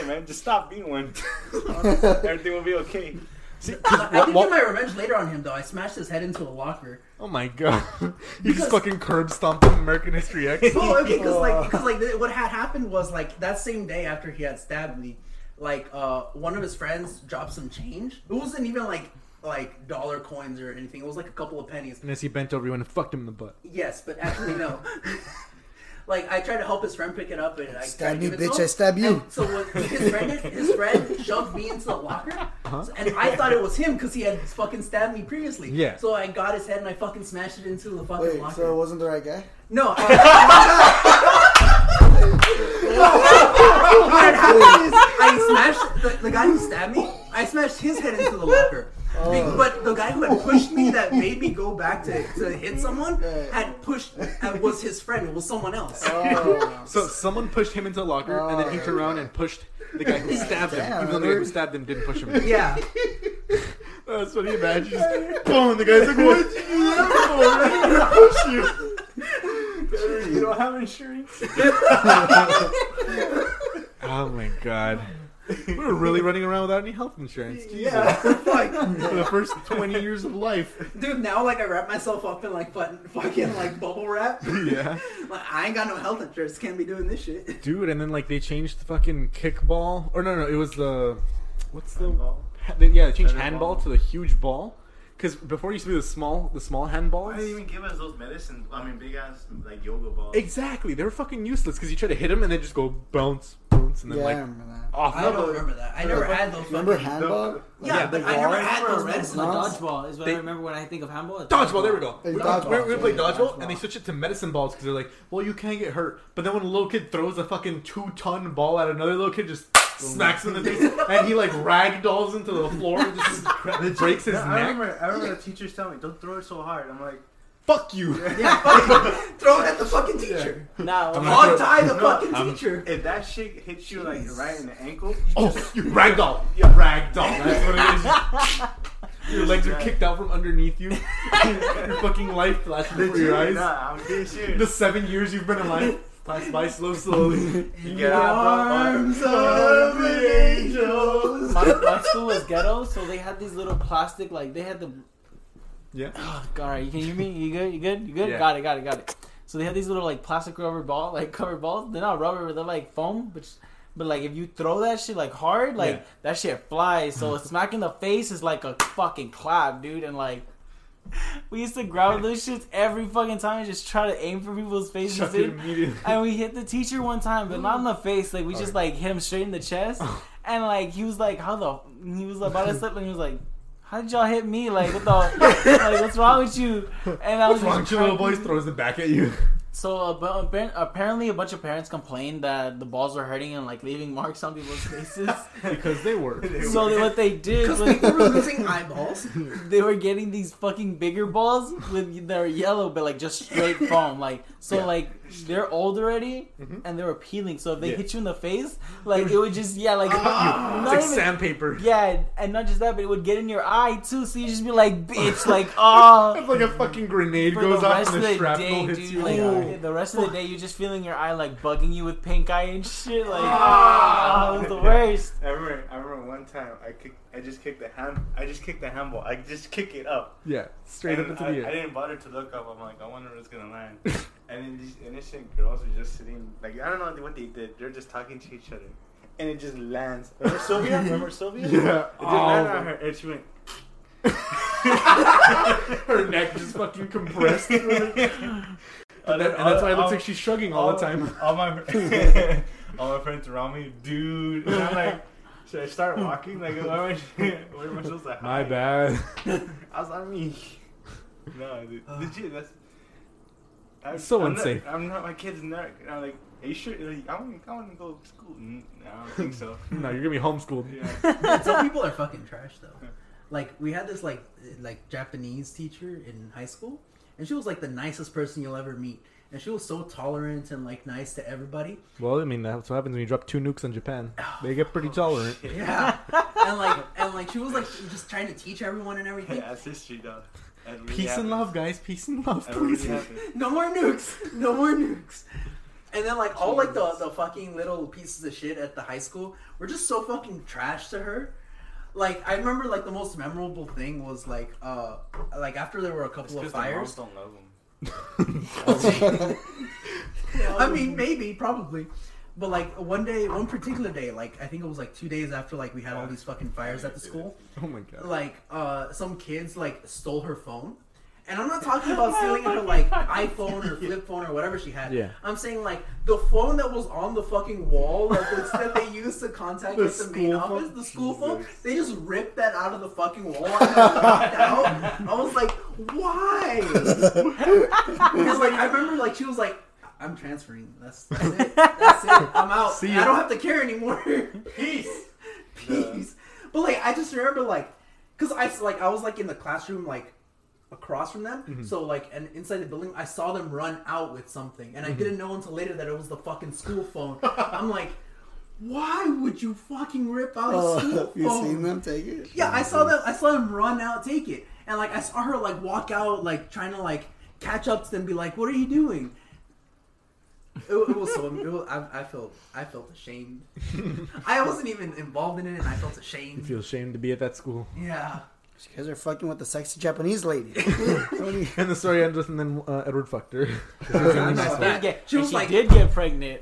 Hey man, just stop being one. Everything will be okay. See, I, I did Wal- get my revenge later on him, though. I smashed his head into a locker. Oh my god. <laughs> You just Because- fucking curb stomped him American History X. <laughs> Oh, okay, because like, cause, <laughs> like th- what had happened was like that same day after he had stabbed me, like uh, one of his friends dropped some change. It wasn't even like like dollar coins or anything. It was like a couple of pennies. And as he bent over, he went and fucked him in the butt. Yes, but actually no. <laughs> like I tried to help his friend pick it up, and I Stab tried to me, give it to bitch, him. I stab you. And so what his friend did- his friend shoved me into the locker, so- and I thought it was him because he had fucking stabbed me previously. Yeah. So I got his head and I fucking smashed it into the fucking Wait, locker. so it wasn't the right guy? No. uh, I- what had happened is I smashed the, the guy who stabbed me. I smashed his head into the locker. Be- But the guy who had pushed me, that made me go back to, to hit someone, Right. had pushed and was his friend. It was someone else. Oh, So someone pushed him into the locker, and then he Oh. turned around and pushed the guy <laughs> who stabbed him. Damn, Even though the guy who dude. stabbed him didn't push him. <laughs> Yeah. <laughs> That's what he imagined. <laughs> Just, boom, the guy's like, what did you do that for? I didn't push you. <laughs> You don't have <laughs> insurance. Oh my god. We were really running around without any health insurance. Jesus. Yeah. Like, For the first 20 years of life. dude, now like I wrap myself up in like fun- fucking like bubble wrap. <laughs> Yeah. Like I ain't got no health insurance. Can't be doing this shit. Dude, and then like they changed the fucking kickball. Or no, no, it was the. What's the. Handball. Ha- <laughs> they- yeah, they changed Better handball ball. to the huge ball. because before it used to be the small, the small handballs. Why did they even give us those medicine? I mean, big ass like yoga balls. Exactly, they were fucking useless because you try to hit them and they just go bounce, bounce, and then yeah, I like remember that. off. I don't remember that. I never had those. Remember fucking- handball? No. Like, Yeah, the but I never ball? had those It's medicine like No. balls. dodgeball is what They- I remember when I think of handball. It's Dodgeball, there we go. Hey, We, dodgeball, we, we yeah, play yeah, dodgeball, dodgeball. and they switch it to medicine balls because they're like, well, you can't get hurt. But then when a little kid throws a fucking two ton ball at another little kid, just smacks him in the face, and he like ragdolls into the floor and just breaks his No, I neck. remember, I remember the teachers telling me, don't throw it so hard. I'm like, Fuck you. <laughs> Yeah, fucking throw it at the fucking <laughs> teacher. Now, I'm not- Untie the No, fucking I'm- teacher. if that shit hits you like Jeez. right in the ankle, Oh, you ragdoll. Yeah. Ragdoll. That's what it is. <laughs> Your legs are Yeah. kicked out from underneath you. <laughs> your fucking life flashes before your eyes. Nah, I'm <laughs> being serious. The seven years you've been alive pass by slow, slowly. you get out, bro. of an angel. my, my school was ghetto, so they had these little plastic, like they had the. Yeah. Oh, all right, you can hear me? You good? You good? You good? Yeah. Got it. Got it. Got it. So they had these little like plastic rubber ball, like <laughs> covered balls. They're not rubber, they're like foam, but. But like if you throw that shit like hard, like Yeah. that shit flies. So a smack in the face is like a fucking clap, dude. And like we used <laughs> to grab those shits every fucking time and just try to aim for people's faces, Chuck it dude. immediately. And we hit the teacher one time, but not in the face. Like we just Okay. Oh. like hit him straight in the chest, and like he was like, "How the?" He was about to slip, and he was like, "How did y'all hit me? Like what the? like what's wrong with you?" And I What's was wrong with just you, little trying- boys? Throws it back at you. So uh, but appar- apparently, a bunch of parents complained that the balls were hurting and like leaving marks on <laughs> people's faces. because they were. so they, what they <laughs> did Because was people were <laughs> losing eyeballs. they were getting these fucking bigger balls with they were yellow, but like just <laughs> straight foam. Like so, Yeah. like they're old already Mhm. and they were peeling. So if they Yeah. Ah, hit you in the face, like it would just <laughs> yeah, like It's not like even- sandpaper. yeah, and not just that, but it would get in your eye too. So you just be like, bitch, like <laughs> oh. <laughs> It's like a fucking grenade For goes the off rest and of the the shrapnel day, hits dude, you. like Oh. <laughs> the rest of the day, you're just feeling your eye like bugging you with pink eye and shit. Like, Ah. ah, it was the worst. I remember, I remember one time I kicked, I just kicked the hand, I just kicked the handball. I just kick it up. Yeah, straight up And into I, the I air. didn't bother to look up. I'm like, I wonder where it's gonna <laughs> land. and then these innocent girls are just sitting, like, I don't know what they did. They're just talking to each other, and it just lands. <laughs> Remember <laughs> Sylvia? Remember Sylvia? It Yeah. just landed on her, Oh. and she went. Her neck just fucking compressed. <laughs> And, that- and that's why it looks like she's shrugging all, the time. "Oh." All <laughs> my fr- <laughs> all my friends around me, dude. And I'm like, should I start walking? Like, where am I, <laughs> where am I supposed to hide? My bad. <laughs> I was on me. No, dude. Ugh. Legit, that's. I, It's so I'm unsafe. Not, I'm not. My kid's nerd. And I'm like, are you sure? Like, I want. I want to go to school. Mm, no, I don't think <laughs> so. no, you're gonna be homeschooled. Yeah. <laughs> Some people are fucking trash though. Like we had this like like Japanese teacher in high school, and she was like the nicest person you'll ever meet, and she was so tolerant and like nice to everybody. Well, I mean, that's what happens when you drop two nukes on Japan. They get pretty tolerant. Yeah, <laughs> and like and like she was like just trying to teach everyone and everything. yeah, that's history, though. That really Peace and happened. love, guys. Peace and love, That really please. happened. No more nukes. No more nukes. And then like all like the, the fucking little pieces of shit at the high school were just so fucking trash to her. Like I remember like the most memorable thing was like uh like after there were a It's couple 'cause of the moms fires. don't love them. I mean maybe, probably. But like one day one particular day, like I think it was like two days after like we had all these fucking fires at the school. <laughs> Oh my god. like uh some kids like stole her phone <laughs> and i'm not talking about stealing her like iphone or flip phone or whatever she had Yeah. i'm saying like the phone that was on the fucking wall that, was- that they used to <laughs> contact The with the main school office phone? the school phone Jesus. they just ripped that out of the fucking wall and I walked out. i was like why <laughs> because like i remember like she was like i'm transferring that's, <laughs> that's it that's it i'm out See And ya. i don't have to <laughs> care anymore peace peace. But like, I just remember like, cause I s- like I was like in the classroom like across from them, Mm-hmm. so like and inside the building, I saw them run out with something, Mm-hmm. and I didn't know until later that it was the fucking school phone. I'm like, why would you fucking rip out <laughs> a Oh, school you phone? seen them take it? Yeah, I saw them. I saw them run out, take it, and like I saw her like walk out, like trying to like catch up to them, be like, "What are you doing?" It, wa- it was so. It was, I, I felt. I felt <laughs> ashamed. I wasn't even involved in it, and I felt You ashamed. feel ashamed to be at that school. Yeah. You guys are fucking with the sexy Japanese <laughs> lady. <laughs> And the story ends with, and then uh, Edward fucked <laughs> her. Really nice Not She one. that. did get- She and was she like- did get pregnant.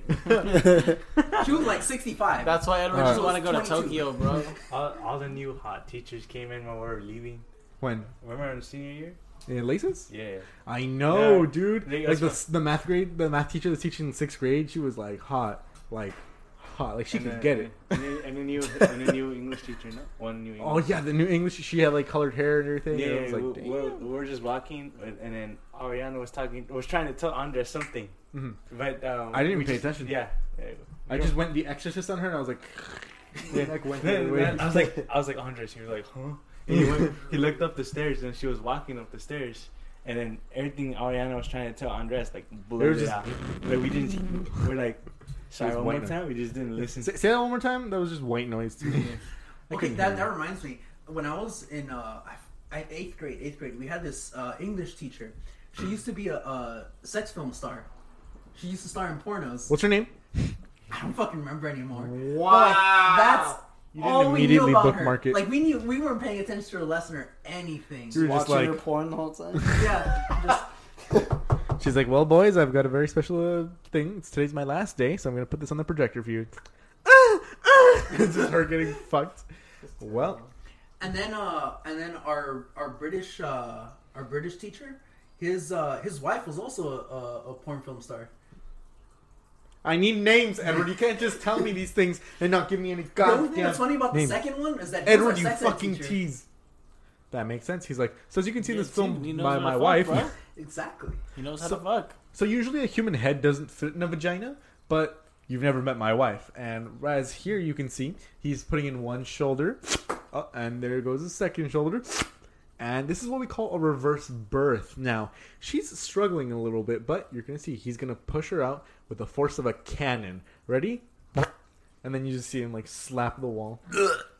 She was like sixty-five. That's why Edward All just right. want to go to 22. Tokyo, bro. All, all the new hot teachers came in when we were leaving. <laughs> When Remember in senior year? in Laces? Yeah. I know, Yeah. dude. They- like that's the, what- s- the math grade, the math teacher that's teaching in sixth grade, she was like hot, like hot, like she And could then- get it. And then, and then you and then you English teacher, no? one new. English Oh yeah, the new English. She had like colored hair and everything. Yeah, and I was yeah, like, we- damn. we're, we're just walking, and, and then Ariana was talking, was trying to tell Andres something, Mhm. but um, I didn't even we pay just- attention. Yeah, yeah. I just went the Exorcist on her, and I was like, <laughs> Yeah. like <laughs> went the Then- other then way. I was like, I was like Andres. He was like, huh? And he, went, he looked up the stairs, and she was walking up the stairs, and then everything Ariana was trying to tell Andres like They blew were it just- out. Like we didn't. We're like, sorry, was one more whining. time. We just didn't listen. say, say that one more time. That was just white noise to <laughs> me. I Okay, couldn't that, hear that you. reminds me. When I was in uh, I- I- eighth grade, eighth grade, we had this uh, English teacher. She used to be a, a sex film star. She used to star in pornos. What's her name? I don't fucking remember anymore. Wow. But, like, that's You didn't all we knew immediately about bookmark her. it. Like we knew we weren't paying attention to her lesson or anything. You were just watching her like, porn the whole time. yeah, just she's like, well, boys, I've got a very special uh, thing. It's today's my last day, so I'm gonna put this on the projector for you. <laughs> Ah! it's just her getting fucked. Well, and then uh and then our our British uh our British teacher, his uh his wife was also a, a, a porn film star. I need names, Edward. You can't just tell me these things and not give me any the only thing goddamn. that's funny about the name. second one is that he was our Edward, you sex ed fucking teacher. tease. That makes sense. He's like, so as you can see, Yeah, this see, film he knows by how to my fuck, wife. <laughs> bro. Exactly. He knows how So- to fuck. So usually a human head doesn't fit in a vagina, but you've never met my wife. And as here you can see, he's putting in one shoulder, uh, and there goes his second shoulder. And this is what we call a reverse birth. Now, she's struggling a little bit, but you're going to see he's going to push her out with the force of a cannon. Ready? And then you just see him like slap the wall.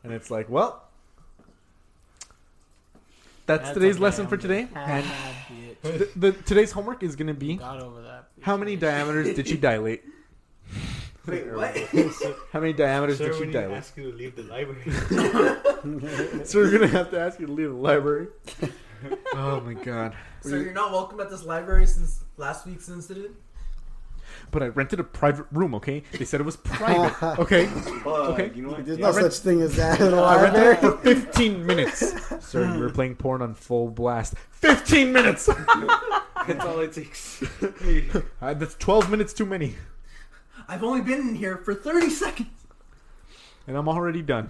And it's like, well, that's, That's today's okay, lesson I'm for good. today. And Ah, bitch. the, the, today's homework is going to be Got over that. bitch. how many diameters did she dilate? Wait, what? <laughs> How many diameters Sir, did we she need to dilate? ask you to leave the <laughs> library. So we're gonna have to ask you to leave <laughs> the library. oh my god! so you're not welcome at this library since last week's incident. But I rented a private room. Okay, they said it was private. Okay, Okay. You know what? There's Yeah, no I read- such thing as that in the I rented it library. for 15 minutes. Sir, we were playing porn on full blast. 15 minutes. That's all <laughs> it takes. Uh, that's 12 minutes too many, I've only been in here for thirty seconds. and I'm already done.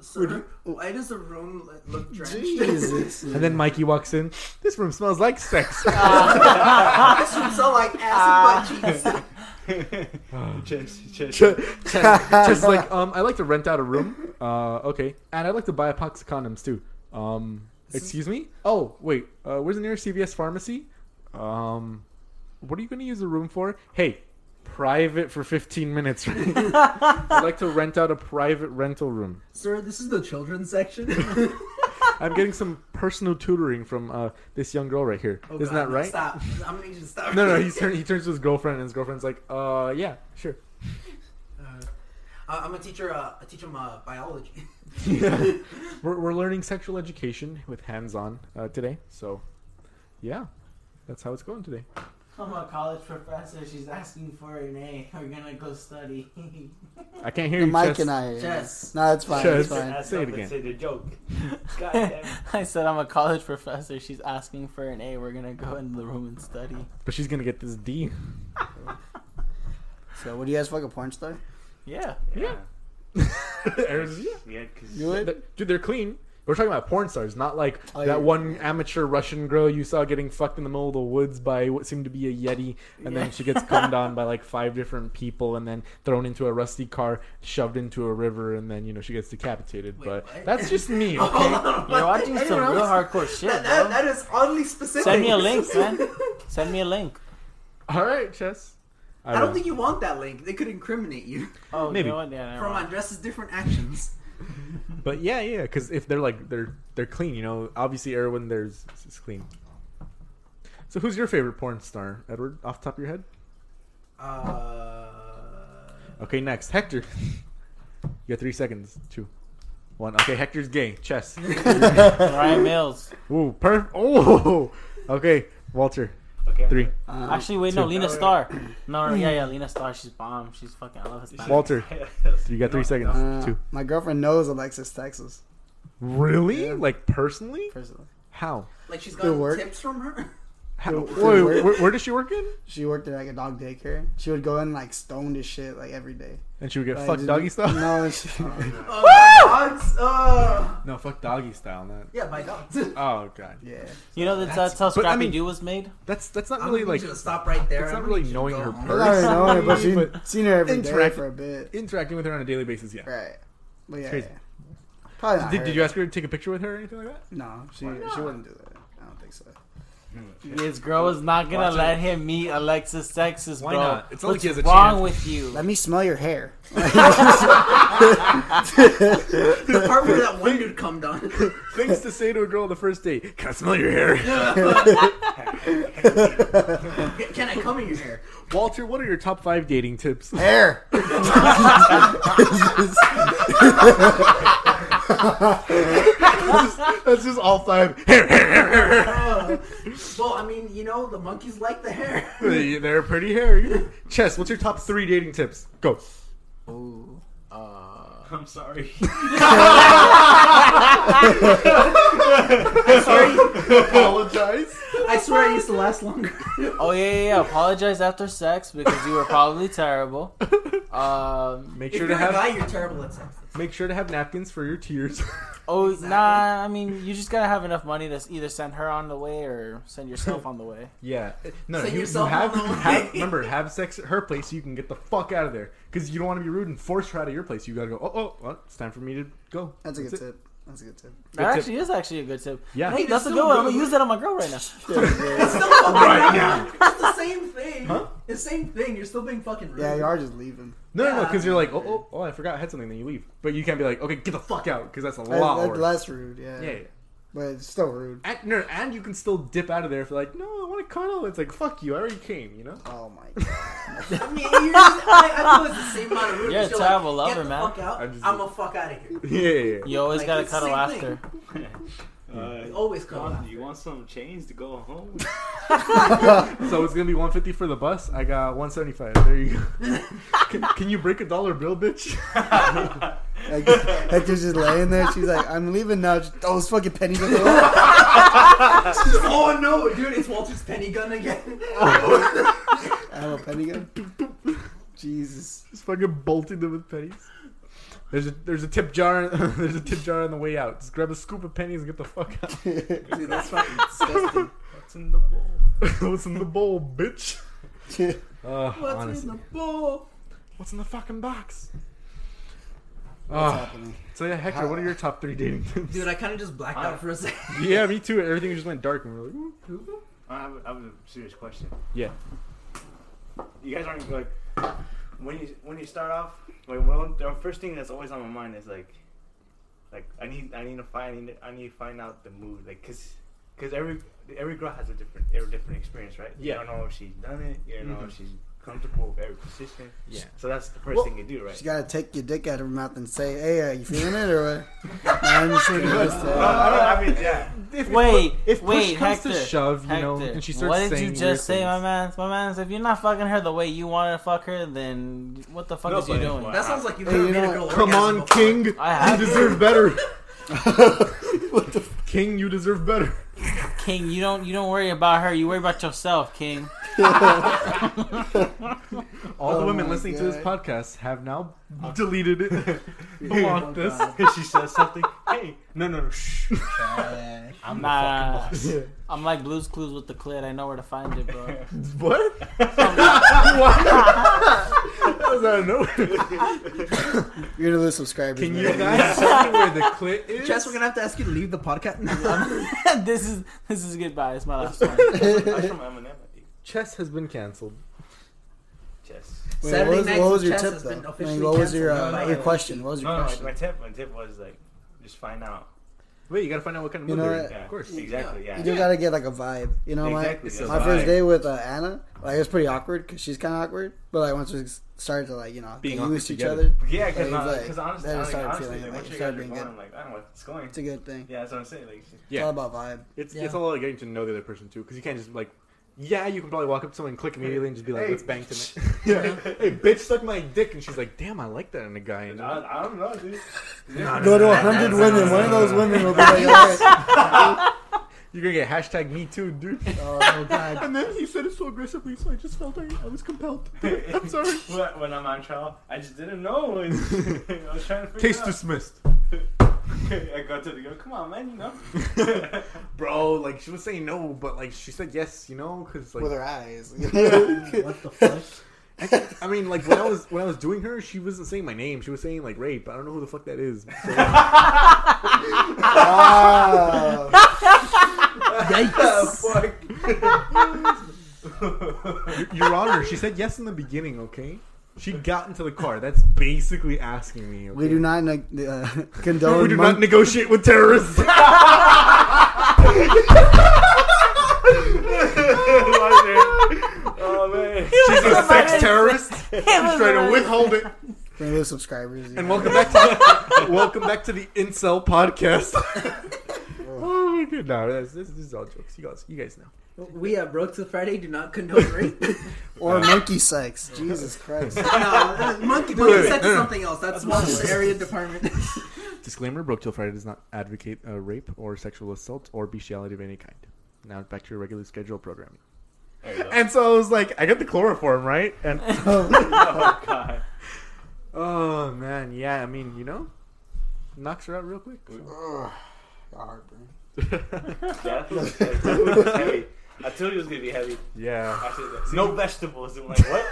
Sir, why does the room look <laughs> drenched? <laughs> Jesus. <laughs> And then Mikey walks in. This room smells like sex. this room smell like ass and butt cheeks. Chess, chess. <laughs> Ch- Ch- just like um, I like to rent out a room. Uh, okay, and I like to buy a box of condoms too. Um, excuse me. Oh wait, uh, where's the nearest CVS pharmacy? Um, what are you going to use the room for? Hey, private for fifteen minutes. <laughs> I like to rent out a private rental room. Sir, this is the children's section. <laughs> I'm getting some personal tutoring from uh, this young girl right here. Oh, not God, that right? Stop. I'm gonna need you to stop. No, no. He's turn- he turns to his girlfriend, and his girlfriend's like, "Uh, yeah, sure." Uh, I- I'm a teacher. Uh, I teach him uh, biology. We're, we're learning sexual education with hands on uh, today. So, yeah, that's how it's going today. I'm a college professor. She's asking for an A. We're gonna go study. <laughs> I can't hear The you. mic Chess. and I. Chess. No, it's fine. Chess. It's fine. Say it again. Say the joke. God damn. I said I'm a college professor. She's asking for an A. We're gonna go into the room and study. But she's gonna get <laughs> this D. <laughs> So, would you guys fuck a porn star? Yeah. Yeah. Aaron's- yeah. Yeah, because You would? They're- Dude, they're clean. We're talking about porn stars, not like Oh, that yeah. one amateur Russian girl you saw getting fucked in the middle of the woods by what seemed to be a yeti, and Yeah. then she gets cummed on by like five different people, and then thrown into a rusty car, shoved into a river, and then you know she gets decapitated. Wait, but what? that's just <laughs> me. Oh, Okay? hold on, You're what? watching some Anyone real else? hardcore shit, That, bro. that, that is oddly specific. Send me <laughs> <laughs> a link, man. Send me a link. All right, Chess. I don't will. think you want that link. They could incriminate you Oh, Maybe. You know what? Yeah, never from mind. Andres' different actions. But yeah, yeah, because if they're like they're they're clean, you know. Obviously, Erwin, there's is clean. So, who's your favorite porn star, Edward? Off the top of your head? Uh, Okay, next, Hector. <laughs> You got three seconds. Two, one. Okay, Hector's gay. Chess. <laughs> Ryan Mills. Ooh, perf. Oh, okay, Walter. Okay. Three. Um, Actually, wait, no, two. Lena Star. No, yeah, yeah, Lena Star. She's bomb. She's <laughs> fucking. I love Hispanic. Walter. You got three seconds. uh, Two. My girlfriend knows Alexis Texas. Really? Yeah. Like personally? personally. How? Like she's They got work. tips from her. How? Yo, Wait, where- where, where does she work in? She worked at like a dog daycare. She would go in like stoned as shit like every day. And she would get Like, fuck Uh, just- doggy style. No, she, Oh, my dogs. Uh, <laughs> No, fuck doggy style. Not. yeah, by <laughs> dogs. I'm Oh god. yeah. You know that's, that's how But, Scrappy I mean- Doo was made. That's that's not gonna really need like you to stop right there. it's I'm not gonna really need you to knowing go her home. I already know her, <laughs> but she But seen her every day interact- for a bit. interacting with her on a daily basis. Yeah. Right. But yeah, Crazy. yeah. probably not. Did, her. did you ask her to take a picture with her or anything like that? No, she she wouldn't do that. I don't think so. His girl is not gonna Watch let him meet Alexis Texas, bro. Why not? It's not like What's he has a wrong chance. <laughs> with you? Let me smell your hair. The part where that one dude come down. <laughs> Things to say to a girl on the first date. Can I smell your hair? Can I come in your hair? Walter, what are your top five dating tips? <laughs> Hair. That's just all five. Hair, hair, hair, hair, hair. Uh, well, I mean, you know, the monkeys like the hair. <laughs> They- They're pretty hairy. Chess, what's your top three dating tips? Go. Ooh, uh, I'm sorry. Apologize. I swear I used to last longer. <laughs> oh yeah, yeah, yeah. Apologize after sex because you were probably terrible. Um, Make if sure you're to a guy, have you're terrible at sex. make sure to have napkins for your tears. <laughs> oh Exactly. nah, I mean you just gotta have enough money to s- either send her on the way or send yourself on <laughs> the way. yeah. No, Send you, you yourself have, on <laughs> the <laughs> have way. remember have sex at her place so you can get the fuck out of there because you don't want to be rude and force her out of your place. You gotta go. Oh, oh, well, it's time for me to go. That's a good That's it. tip. That's a good <laughs> tip. That tip. actually is actually a good tip. Yeah. Hey, Hey, that's a that's good so one. I'm gonna good. use that on my girl right <laughs> now. It's still fucking Right It's the same thing. It's the same thing. You're still being fucking rude. Yeah, you are just leaving. No, no, no, Yeah. because you're like, oh, oh, oh, I forgot I had something. Then you leave, but you can't be like, okay, get the fuck out because that's a That, lot. that, worse. that's rude. Yeah. yeah. yeah. but it's still rude. And, no, and you can still dip out of there if you're like, no, I want to cuddle. It's like, fuck you, I already came, you <laughs> know? Oh my god. I mean, you're just, I, I feel it's the same amount of rude. You're a but terrible like, lover, get the man. Fuck out. I'm just- I'm gonna fuck out of here. Yeah, yeah, yeah. You always Like, gotta it's the cuddle same after. thing. Uh, Always you cuddle want- after. you want some change to go <laughs> home? So it's gonna be 150 for the bus. I got 175. There you go. <laughs> can, can you break a dollar bill, bitch? <laughs> Like, <laughs> like she's just laying there. She's like, I'm leaving now. Just those fucking pennies. on the <laughs> wall. <laughs> oh no, dude, it's Walter's penny gun again. I have a penny gun. Jesus. Just fucking bolting them with pennies. There's a there's a tip jar. <laughs> there's a tip jar on the way out. Just grab a scoop of pennies and get the fuck out. <laughs> dude, that's <laughs> fucking disgusting. What's in the bowl? What's in the bowl, bitch? Uh, What's honestly. in the bowl? What's in the fucking box? What's Uh, happening? so yeah, Hector, what are your top three dating tips? Dude, I kind of just blacked out for a second. <laughs> yeah, me too. Everything just went dark, and we are like, "Ooh, ooh, ooh." I have, I have a serious question. yeah. You guys aren't like when you when you start off like well the first thing that's always on my mind is like like I need I need to find I need to, I need to find out the mood like cause cause every every girl has a different every different experience right Yeah. you don't know if she's done it you don't know Mhm. if she's comfortable with every position Yeah. so that's the first Well- thing you do right She gotta take your dick out of her mouth and say, "Hey, are you feeling it or what?" <laughs> I'm just kidding. Just, No, <laughs> no, uh, no, I mean yeah If, Wait, if push wait, comes Hector, to shove, you Hector, know, and she starts what did saying you weird just say, my things. man? My man, if you're not fucking her the way you wanted to fuck her, then what the fuck No, is you but- doing? That sounds like you've Hey, never you made know a girl Come orgasm on, before. King. I have you deserve <laughs> better. <laughs> King, you deserve better. King, you don't you don't worry about her. You worry about yourself, King. All the Oh women my listening to this God. podcast have now deleted <laughs> it, Oh blocked this. because Uh, she says something hey no no no shh I'm Nah. the fucking boss <laughs> I'm like Blue's Clues with the clit. I know where to find <laughs> it, <laughs> <laughs> bro. <laughs> What? <laughs> Why? that was out of nowhere. you're gonna lose subscribers. Can man. you guys tell me where the clit <laughs> is? Jess, we're gonna have to ask you to leave the podcast. this is this is goodbye. It's my <laughs> last <laughs> one. <laughs> that's from Eminem I think Chess has been canceled. Jess Wait, Saturday what was, Nights what was with your Chess tip has though? been I mean, officially what was your uh, canceled. No, no, your no. question? What was your Oh, no no my, question? my tip my tip was like just find out Wait, you gotta find out what kind of You know mother. what? Yeah, yeah of course. exactly yeah you just gotta get like a vibe, you know. Exactly, it's a My, my first vibe. day with uh, Anna, like it was pretty awkward because she's kind of awkward. But like once we started to like you know Being get awkward used to each together. other, Yeah, Like, because like, because honestly, then it honestly, started honestly, feeling like, like once it you guys started are being going, good. I'm like, I don't know what's <laughs> going. it's a good thing. Yeah, that's what I'm saying. Like, It's all about vibe. It's Yeah. it's all about getting to know the other person too, because you can't just like Yeah, you can probably walk up to someone and click immediately and just be like, Hey. "Let's bang tonight." yeah. Hey, bitch, <laughs> suck my dick, and she's like, "Damn, I like that in a guy." And I, I don't know, dude. Go to 100 women. One of those women <laughs> will be like, "Alright." You're gonna get hashtag Me Too, dude. oh, God. And then he said it so aggressively, so I just felt I, I was compelled. to do <laughs> it. I'm sorry. When- When I'm on trial, I just didn't know. <laughs> I was trying to figure Case it out. dismissed. <laughs> I go to the girl. Come on, man. You know. <laughs> Bro, like she was saying no, but like she said yes, you know, because like With her eyes. what the fuck? <laughs> I mean, like when I was when I was doing her, she wasn't saying my name. She was saying like rape. I don't know who the fuck that is. <laughs> So, wow. Ah. <laughs> Y- Your Honor, she said yes in the beginning. Okay, she got into the car. That's basically asking me. Okay? <laughs> We do not ne- uh, <laughs> condone. We do mon- not negotiate with terrorists. Oh man. She's a sex <laughs> <laughs> terrorist. She's trying to withhold <laughs> it. Thank you, subscribers. you And know. welcome back to welcome back to the <laughs> incel <laughs> podcast. <laughs> oh my god, no, this, this, this is all jokes. You guys, you guys know. We at Broke Till Friday do not condone rape. Or monkey sex. Jesus Christ. no, monkey, wait, monkey wait, said no, no. something else. That's one area department. Disclaimer: Broke Till Friday does not advocate uh, rape or sexual assault or bestiality of any kind. Now back to your regular schedule programming. There you go. And so I was like, I got the chloroform right, <laughs> and Oh god. oh man, yeah. I mean, you know, knocks her out real quick. Ugh. Got heartburn. Yeah, that food was- that food was heavy. I told you it was gonna be heavy. yeah, I said that. No vegetables. I'm like, what?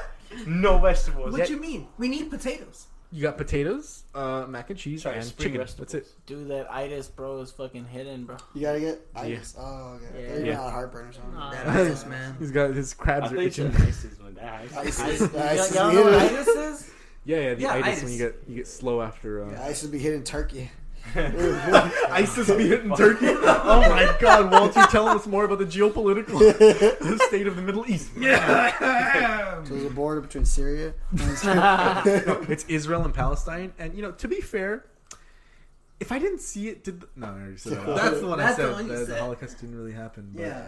No vegetables. What you mean? We need potatoes. you got potatoes, uh, mac and cheese, Sorry, and spring chicken. vegetables. That's it. Dude, that itis, bro, is fucking hidden, bro. You gotta get ice. Oh, okay. Yeah. Yeah. Yeah. Yeah. heartburn or something. Nah. That ISIS, man. He's got his I crabs thought are you said itching. ISIS when that Ice <laughs> Itis, is, ice is y'all know what hidden. itis is? <laughs> Yeah, yeah. The Yeah, itis, itis. when you get you get slow after. Uh, Ice would be hitting <laughs> Turkey. <laughs> ISIS beat <laughs> in Turkey. Oh my God, Walter, tell us more about the <laughs> geopolitical state of the Middle East. <laughs> Yeah, So there's a border between Syria and <laughs> it's Israel and Palestine, and you know, to be fair, if I didn't see it, did the... no, I already said that. <laughs> that's the one That's I the said. one you the, the said. Holocaust didn't really happen. But... Yeah.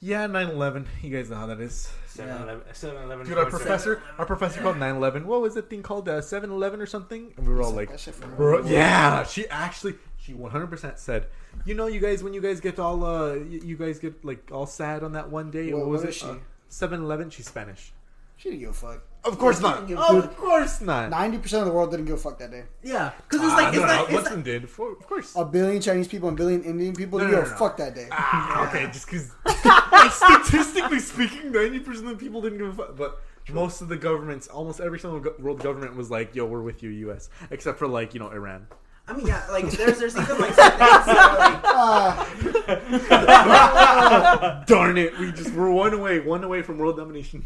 yeah, 9/11. You guys know how that is. 7-Eleven. 7-Eleven. Dude, our professor, our professor called 9/11. What was that thing called? Uh, 7/11 or something? And we were all like, That shit from- Bro, yeah, she actually, she 100% said, you know, you guys, when you guys get all, uh, y- you guys get like all sad on that one day. Wha- what was what it? is she? 7 Eleven, she's Spanish. She didn't give a fuck. Oh. Of course not. give a Of course not. Ninety percent of the world didn't give a fuck that day. Yeah, because it's like, Ah, it's no, no, like, no, it's Muslim did. Of cour- of course. A billion Chinese people and a billion Indian people No, didn't no, give a no, fuck that day. Ah, okay, just because, like, statistically speaking, 90% of people didn't give a fuck. But most of the governments, almost every single go- world government was like, yo, we're with you, U.S. Except for, like, you know, Iran. I mean, yeah, like there's there's even like some things that are, like Ah, Darn it, we just were one away, one away from world domination.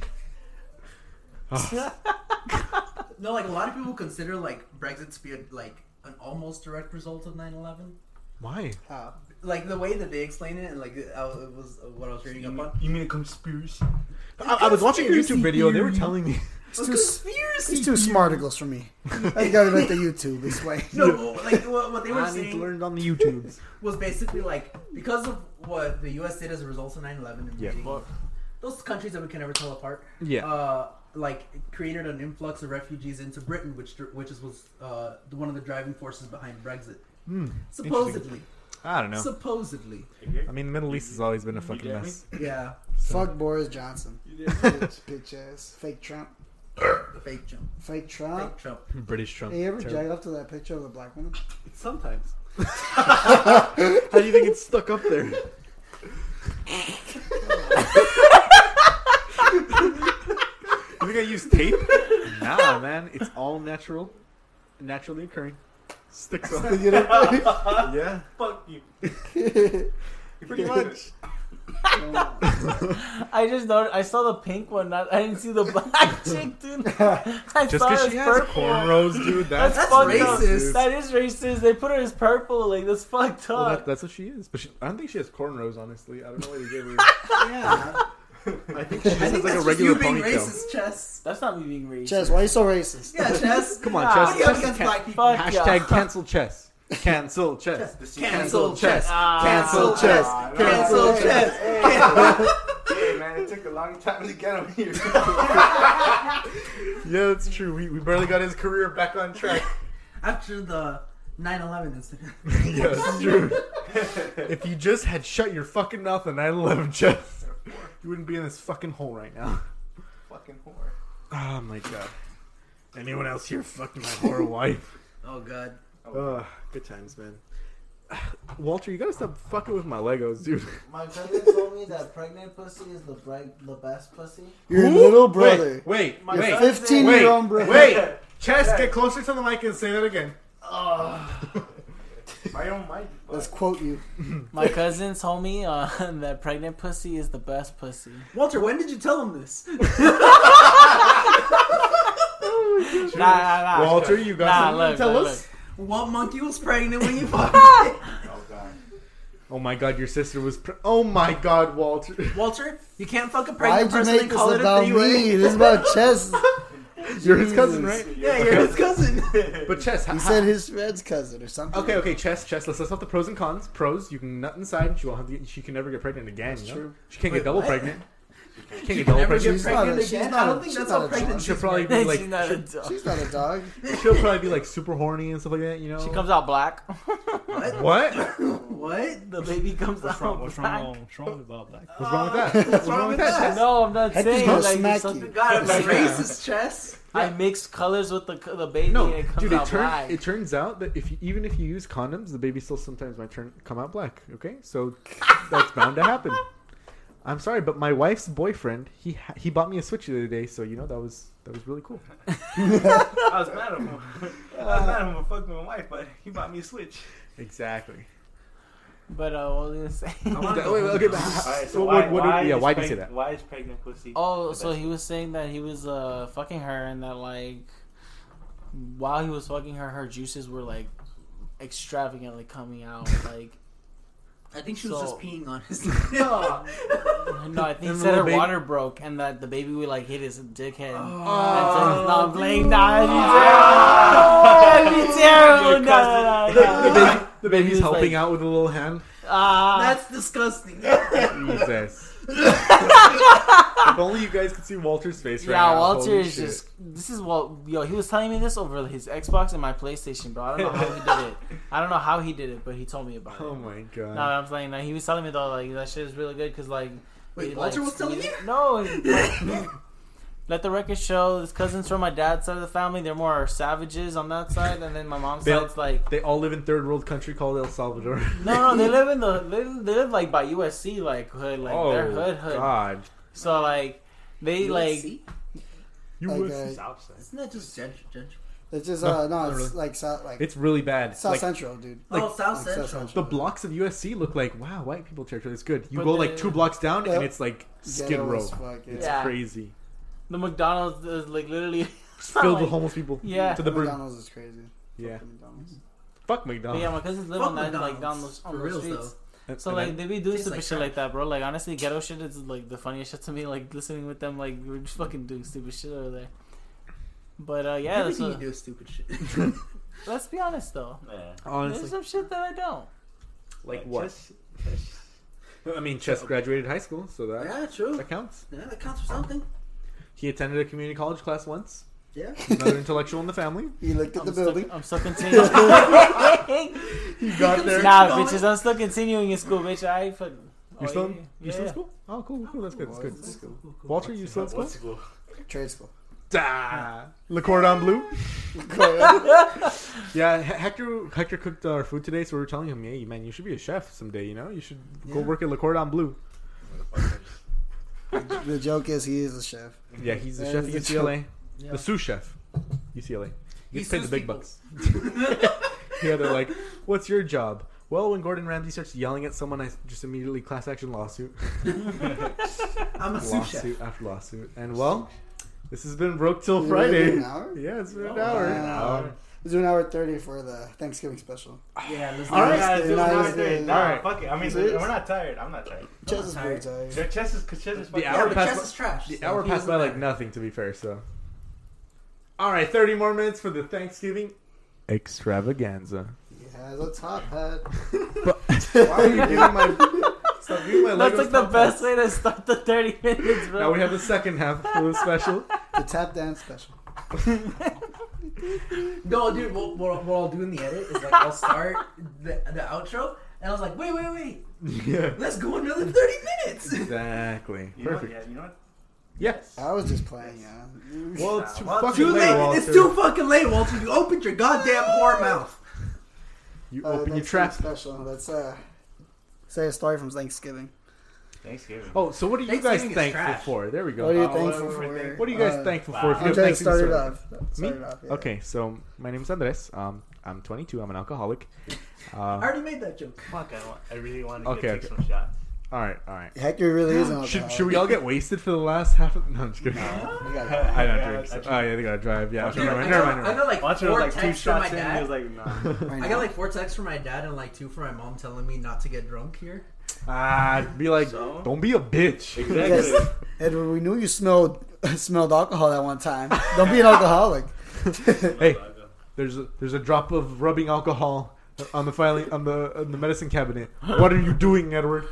no, like a lot of people consider like Brexit to be a, like an almost direct result of 9/11. Why? ah. Like the way that they explain it, and like I, was- it was what I was reading up on. You mean a conspiracy? I, I was watching a YouTube video. They were telling me. <laughs> It's too, s- Conspiracy. it's too smarticles for me. I gotta make the YouTube this <laughs> way. No, but, like what, what they were I need to saying learn on the YouTubes. was basically like because of what the U.S. did as a result of 9/11 and Yeah. being- those countries that we can never tell apart. Yeah. Uh, like it created an influx of refugees into Britain, which dr- which is- was uh, the- one of the driving forces behind Brexit. hmm. supposedly, I don't know. supposedly, I mean, the Middle East has always been a fucking mess. yeah, Fuck Boris Johnson. <laughs> bitch, bitch ass. Fake Trump. fake Trump, Fake fake Trump. Trump. British Trump. Hey, you ever Terrible. jacked off to that picture of the black <laughs> woman? Sometimes. How do you think it's stuck up there? you think I use tape? Nah, man. It's all natural, naturally occurring. Sticks up. <laughs> You know? yeah. Fuck you. Pretty much. Oh, I just noticed. I saw the pink one. Not, I didn't see the black <laughs> <laughs> chick, dude. I Just saw because it she as has purple. cornrows, dude. That's, That's That's, fucked racist. up. That is racist. They put her as purple. Like that's fucked Well, that, up. that's what she is. But she, I don't think she has cornrows, honestly. I don't know why they gave her. yeah. I <laughs> think she just I has think like a that's just regular you being ponytail. racist, Chess. that's not me being racist. Chess, why are you so racist? Yeah, Chess. <laughs> Come on, Nah. What do you have Chess. against Chess black people? Fuck can, yeah. hashtag cancel chess. Cancel chess. Cancel chess. Chess. Ah. Cancel chess. Ah. Cancel Chess. Hey man, man. It took a long time to get him here. Yeah, that's true. We, we barely got his career back on track. After the 9/11 incident. <laughs> <laughs> yeah, that's true. <laughs> if you just had shut your fucking mouth on 9 11, <laughs> Jeff, you wouldn't be in this fucking hole right now. Fucking whore. Oh my god. Anyone else here fucked my <laughs> whore wife? Oh god. Ugh, good times, man. <sighs> Walter, you gotta stop fucking with my Legos, dude. My cousin told me that pregnant pussy is the bright, the best pussy. Your Who? little brother. Wait, wait, My wait. son- Fifteen year old Wait, brother. wait. Chess, get closer to the mic and say that again. <laughs> My own mic. Let's quote you. My cousin told me uh, <laughs> that pregnant pussy is the best pussy. Walter, when did you tell him this? Nah, nah, nah. <laughs> Walter, you got Nah, something look, to tell look, us? What monkey was <laughs> pregnant when you fucked it? Oh god. Oh my god, your sister was. Pre- oh my god, Walter. Walter, you can't fuck a Why'd pregnant you person make and this call it a about me? three-way. This is <laughs> about chess. You're his cousin, Jesus. right? Yeah, you're his cousin. But Chess, He how, said his friend's cousin or something. Okay, okay, chess, chess. Let's list off the pros and cons. Pros: you can nut inside. She won't have to get, She can never get pregnant again. you know? true. She can't Wait, get double what? pregnant. She can't get double Never pregnant. She's get not pregnant a- she's again. not I a- don't think she's that's not how a pregnancy She'll probably be She's like, not a she'll, dog. She's not a dog. she'll probably be like super horny and stuff like that. You know. She comes out black. What? What? What? The baby comes What's out wrong? What's black. wrong? What's wrong with Bob Black? What's wrong with that? What's wrong with that? Chess? No, I'm not Head saying does like smack there's something. God, I'm like Yeah. racist, chess. I mix colors with the the baby and No, it comes dude. It, out turn, black. it turns out that if you, even if you use condoms, the baby still sometimes might turn come out black. Okay, so that's bound to happen. I'm sorry, but my wife's boyfriend he ha- he bought me a Switch the other day, so you know that was that was really cool. I was mad at him. I was mad at him for fucking my wife, but he bought me a switch. <laughs> Exactly. But uh, what was I gonna <laughs> say? <laughs> Wait, wait, okay, but how- Alright, what- what- what- yeah, is why do you preg- say that? Why is pregnant pussy? Oh, the so best? he was saying that he was uh fucking her and that like while he was fucking her, her juices were like extravagantly coming out. Like I think she was So- just peeing, honestly. <laughs> no, I think And he the said her little baby- water broke and that the baby would like hit his dickhead. and so Oh. he's not playing. Nah, that'd be terrible. <laughs> <laughs> That'd be terrible. <laughs> No, no, the, no, the, no. baby, the baby's was helping like- out with a little hand. <laughs> Ah. That's <laughs> disgusting. <laughs> Jesus. <laughs> if only you guys could see Walter's face right now. Yeah, Walter Holy is shit. just. This is what yo. He was telling me this over his Xbox and my PlayStation, bro. I don't know how <laughs> he did it. I don't know how he did it, but he told me about Oh it. my No, god. I'm saying like, he was telling me though, like that shit is really good because like. Wait, he, Walter like, was telling you? No. <laughs> he- Let the record show. His cousins from my dad's side of the family, they're more savages on that side, and then my mom's They- side's like They all live in third world country called El Salvador. <laughs> no, no. They live in the they, they live like by USC, like hood, like oh their hood, hood. god. So like they like See? You Like, would- uh, Southside. Isn't that just judge? judge? It's just No, uh, no, not it's really. like south, like it's really bad. south Like, central, dude. oh, South Like, Central. the blocks of USC look like wow, white people territory. It's good. You But go the- like two blocks down Yep. and it's like skid Ghetto row. as fuck, yeah. It's Yeah. <laughs> crazy. the McDonald's is like literally <laughs> It's filled Like- with homeless people. <laughs> yeah. To the brim. McDonald's is crazy. Yeah. McDonald's. Fuck But McDonald's. yeah, my cousins live Fuck on that like down McDonald's. those on For those reals, streets. And- So and like I- they be doing Tastes stupid like shit crap. like that, bro. Like honestly, ghetto shit is like the funniest shit to me. <laughs> Like listening with them, like we're just fucking doing stupid shit over there. But uh, yeah, that's Everything you what- do is stupid shit. let's be honest though. Yeah. honestly, There's some shit that I don't. like what? Chess, chess. I mean, Chess graduated high school, so that yeah, true. that counts. Yeah, that counts for something. He attended a community college class once. Yeah. Another intellectual in the family. He looked at I'm the still- building. I'm <laughs> still continuing. You got there. Nah, Going- bitches, I'm still continuing in school, bitch. I fuck. oh, You're still in, yeah. you're still in Yeah. school? Oh, cool, cool. That's good. That's good. What's- Cool, cool, cool. Walter, you still in What's school? the goal? Trade school. Da. Le Cordon Bleu. <laughs> Yeah, H- Hector Hector cooked our food today, so we were telling him, "Hey, man, you should be a chef someday. You know, you should go Yeah. work at Le Cordon Bleu." the joke is he is a chef. Yeah, he's the That chef is at the UCLA, Yeah. the sous chef, UCLA. He He gets paid the sues big people. bucks. yeah, they're like, "What's your job?" Well, when Gordon Ramsay starts yelling at someone, I just immediately class action lawsuit. I'm a sous chef. lawsuit after lawsuit. And well, this has been broke till Did we really Friday. do an hour? Yeah, it's been an Oh, hour. an hour. It's an hour thirty for the Thanksgiving special. <sighs> Yeah, let's All All right, right, guys, guys, dude, now now it's the- Nah, Alright. fuck it. I mean, Is it- we're not tired. I'm not tired. Chess is pretty tired. tired. Ch- Chess is because chess is The fucking. hour Yeah, but passed chess by- is trash. The so hour he passed doesn't by like matter. nothing, to be fair. So, all right, thirty more minutes for the Thanksgiving extravaganza. He has a top hat. <laughs> Why are you doing my? So me and my That's Legos like the top best hats. way to start the 30 <laughs> minutes, bro. Now we have the second half of the special. The tap dance special. No, dude, what, what, what I'll do in the edit is like I'll start the, the outro, and I was like, wait, wait, wait, yeah. let's go another thirty minutes. <laughs> Exactly. You know what? Perfect. Yeah, you know what? Yes. I was just playing, yeah. Well, it's too Well, fucking too late. late. Walter. It's too fucking late, Walter. You opened your goddamn whore mouth. You Uh, open your Thanksgiving trap. Special. Let's uh, say a story from Thanksgiving. Thanksgiving. Oh, so what are you guys Thanksgiving is thankful trash. for? There we go. Oh, What are you Uh, thankful what are we for? thankful- What are you guys Uh, thahankful wow. for? If you I'm trying have to Thanksgiving start it story? off. Start it off, yeah. Okay, so my name is Andres. Um, I'm 22. I'm an alcoholic. I Uh, already made that joke. fuck! I, want, I really want to Okay, take okay. some <laughs> shots. all right, all right. Hector really <gasps> is an Should, should we all get wasted for the last half? Of, no, I'm just We kidding. got <laughs> it. I don't Yeah, drink. So. that's- Oh yeah, they gotta drive. Yeah, Okay, never I mind. got, Never mind. Never I mind. got like Watch it four was like two texts from my shots in. and He was dad. like, nah. <laughs> Right I now. got like four texts from my dad and like two from my mom telling me not to get drunk here. Ah, be like, So? don't be a bitch. Exactly. Edward, we knew you smelled <laughs> smelled alcohol at one time. Don't be an alcoholic. <laughs> Hey, there's a, there's a drop of rubbing alcohol on the filing on the on the medicine cabinet. What are you doing, Edward?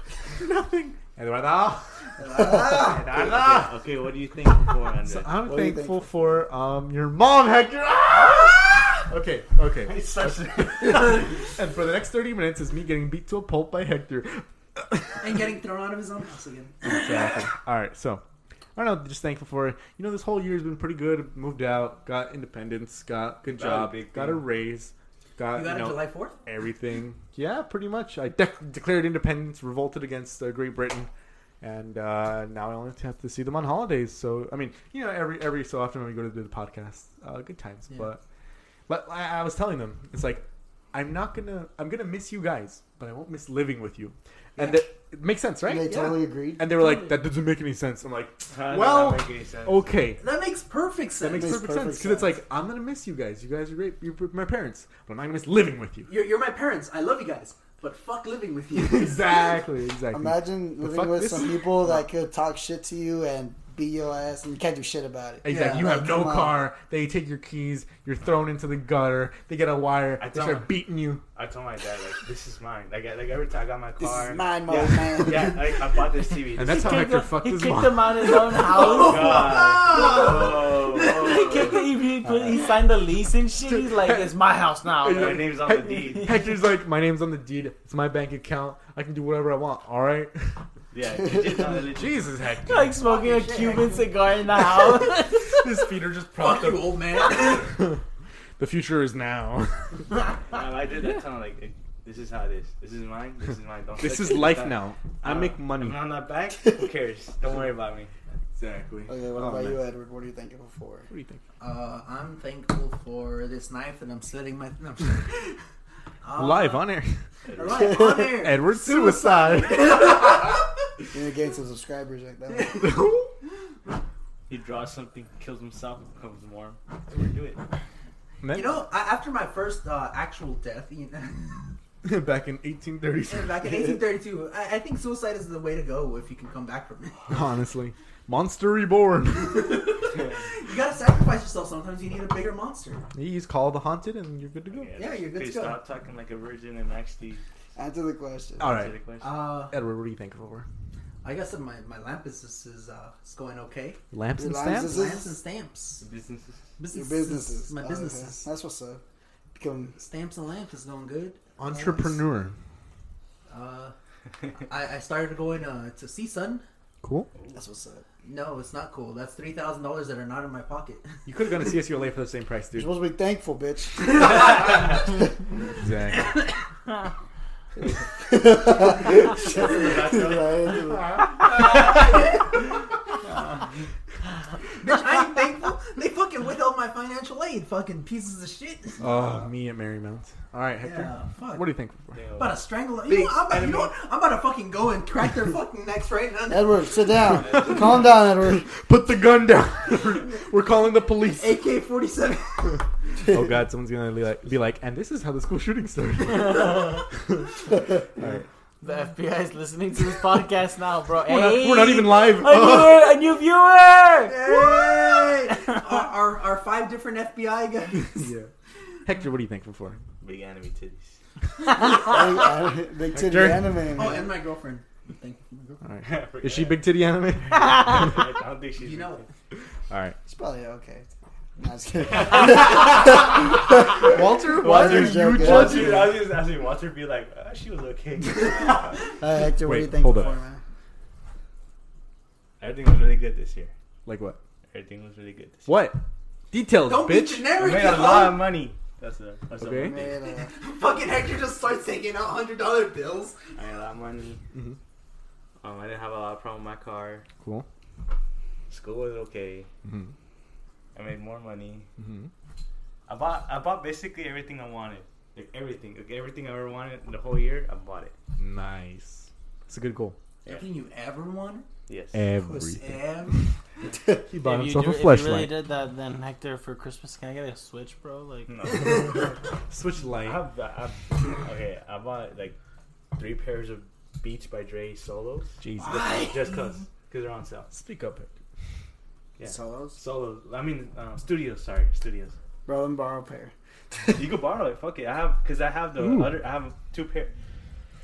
Nothing. Eduardo. Eduardo. Okay, okay, what do you think before Andres? <laughs> So I'm What are you thankful for um your mom, Hector. Ah! Okay, okay. <laughs> and for the next 30 minutes is me getting beat to a pulp by Hector. and getting thrown out of his own house again. Exactly. All right, so I don't know, just thankful for you know this whole year's been pretty good. Moved out, got independence, got good That was a job, big got a thing. raise, got You you, got it know July fourth. everything. Yeah, pretty much. I dec- declared independence, revolted against uh, Great Britain, and uh, now I only have to see them on holidays. So I mean, you know, every every so often when we go to do the podcast, uh, good times. Yeah. But but I, I was telling them, it's like I'm not gonna I'm gonna miss you guys, but I won't miss living with you, and that, it makes sense, right? They Yeah. totally agreed. And they were like, that doesn't make any sense. I'm like, Well, Well, okay. That makes perfect sense. That makes makes perfect perfect sense. Because it's sense. like, I'm going to miss you guys. You guys are great. You're my parents. But I'm not going to miss living with you. <laughs> you're, you're my parents. I love you guys, but fuck living with you. exactly. Exactly. Imagine The fuck living with this- some people that could talk shit to you and beat your ass, and you can't do shit about it. Exactly. Yeah, you have like, no come on. car. They take your keys. You're thrown into the gutter. They get a wire. I they don't- start beating you. I told my dad like, this is mine. Like, I, like every time I got my This car. is mine, my yeah, old man. <laughs> Yeah, like, I bought this <laughs> TV. And that's how He kicked Hector him- fucked He his kicked mom. Oh, him out of his <laughs> own house. God. <laughs> He Whoa, kicked the he, put, he signed the lease and shit. He's like, it's my <laughs> house now. whoa. My name's on the deed. Hector's like, my name's on the deed. It's my bank account. I can do whatever I want. All right. <laughs> Yeah, legit, no, legit. Jesus, <laughs> Hector. Like smoking a Cuban cigar in the house. <laughs> his feet are just fuck propped you, up. old man. The future is <laughs> now. <laughs> No, I did that time. Like, this is how it is. This is mine. This <laughs> is mine. Don't this touch <laughs> is it. life That- now. I Uh, make If money. I'm <laughs> not back, who cares? Don't worry about me. Exactly. Okay, what Oh, about man. you, What Edward? What are you thinking before? do you think? Uh, I'm thankful for this knife that I'm slitting my. No, I'm just kidding. <laughs> Uh, Live on air. Live <laughs> on air. Edward suicide. <laughs> You're gonna gain some subscribers like that. He draws something, kills himself, becomes warm. We're do it. You know, I, after my first uh, actual death, you <laughs> know, <laughs> back in 1830s. back in 1832, I, I think suicide is the way to go if you can come back from it. <laughs> <laughs> Honestly, Monster Reborn. You gotta sacrifice yourself. Sometimes you need a bigger monster. He's called the haunted, and you're good to go. Yeah, you're good Please to go. stop talking like a virgin and actually Answer the question. All answer the right, question. Uh, Edward, what do you think for I guess that my my lamp business is uh, is going okay. lamps and Your lamps stamps? is- Business? Lamps and stamps. Businesses. Your Businesses. businesses. My Oh, okay. businesses. That's what's up. Become Stamps and lamps is going good. Entrepreneur. Uh, I, I started going uh, to CSUN. Cool. that's what's up. No, it's not cool. That's three thousand dollars that are not in my pocket. <laughs> You could have gone to CSULA for the same price, You're dude. supposed to be thankful, bitch. <laughs> Exactly. Bitch, I ain't thankful. They fucking withheld my financial aid. Fucking pieces of shit. Oh, me at Marymount. All right, Hector. Yeah, fuck. What do you think for? about to strangle. You know, what? I'm about, you know what? I'm about to fucking go and crack their fucking necks right now. Edward, sit down. Calm down, Edward. Put the gun down. We're calling the police. <laughs> AK forty seven. oh God, someone's gonna be like, be like, and this is how the school shooting started. The FBI is listening to this podcast now, bro. We're not, Hey! we're not even live. Oh. A viewer, a new <laughs> viewer. our, our our five different FBI <laughs> guys. yeah. Hector, what do you think for? <laughs> Big anime titties. <laughs> Big titty Hector. anime. Oh, and man. my girlfriend. Thank you. All right. I forgot. Is she big titty <laughs> anime? I don't think she's. You know, All right. It's probably okay. No, just kidding. Walter, Walter's why are you joking. judging? Walter, I was just asking Walter, be like, ah, she <laughs> was okay. <laughs> Uh, Hector, what do Wait, you think hold for, up. man? Everything was really good this year. Like what? Everything was really good. This year. What? Details, don't be bitch. I generic. made a dog. lot of money. That's a, that's Okay. a Made, uh, <laughs> Fucking Hector just starts taking out hundred dollar bills. I made a lot of money. Mhm. Um, I didn't have a lot of problem with my car. Cool. School was okay. hmm I made more money. hmm I bought I bought basically everything I wanted. Like everything, like everything I ever wanted the whole year, I bought it. Nice. It's a good goal. Everything you ever wanted. Yes. Was Everything. em- He bought if you himself do- a if you really flashlight. did that, then Hector for Christmas, can I get a Switch, bro? <laughs> Like, No. <laughs> Switch I light. have, I have okay. I bought like three pairs of Beats by Dre solos. Jesus. Why? Just cause, cause they're on sale. Speak up. Yeah. Solos? Solos. I mean, um, studios. Sorry, studios. Bro, and borrow a pair. You could borrow it. Fuck it. I have, cause I have the Ooh. other. I have two pair.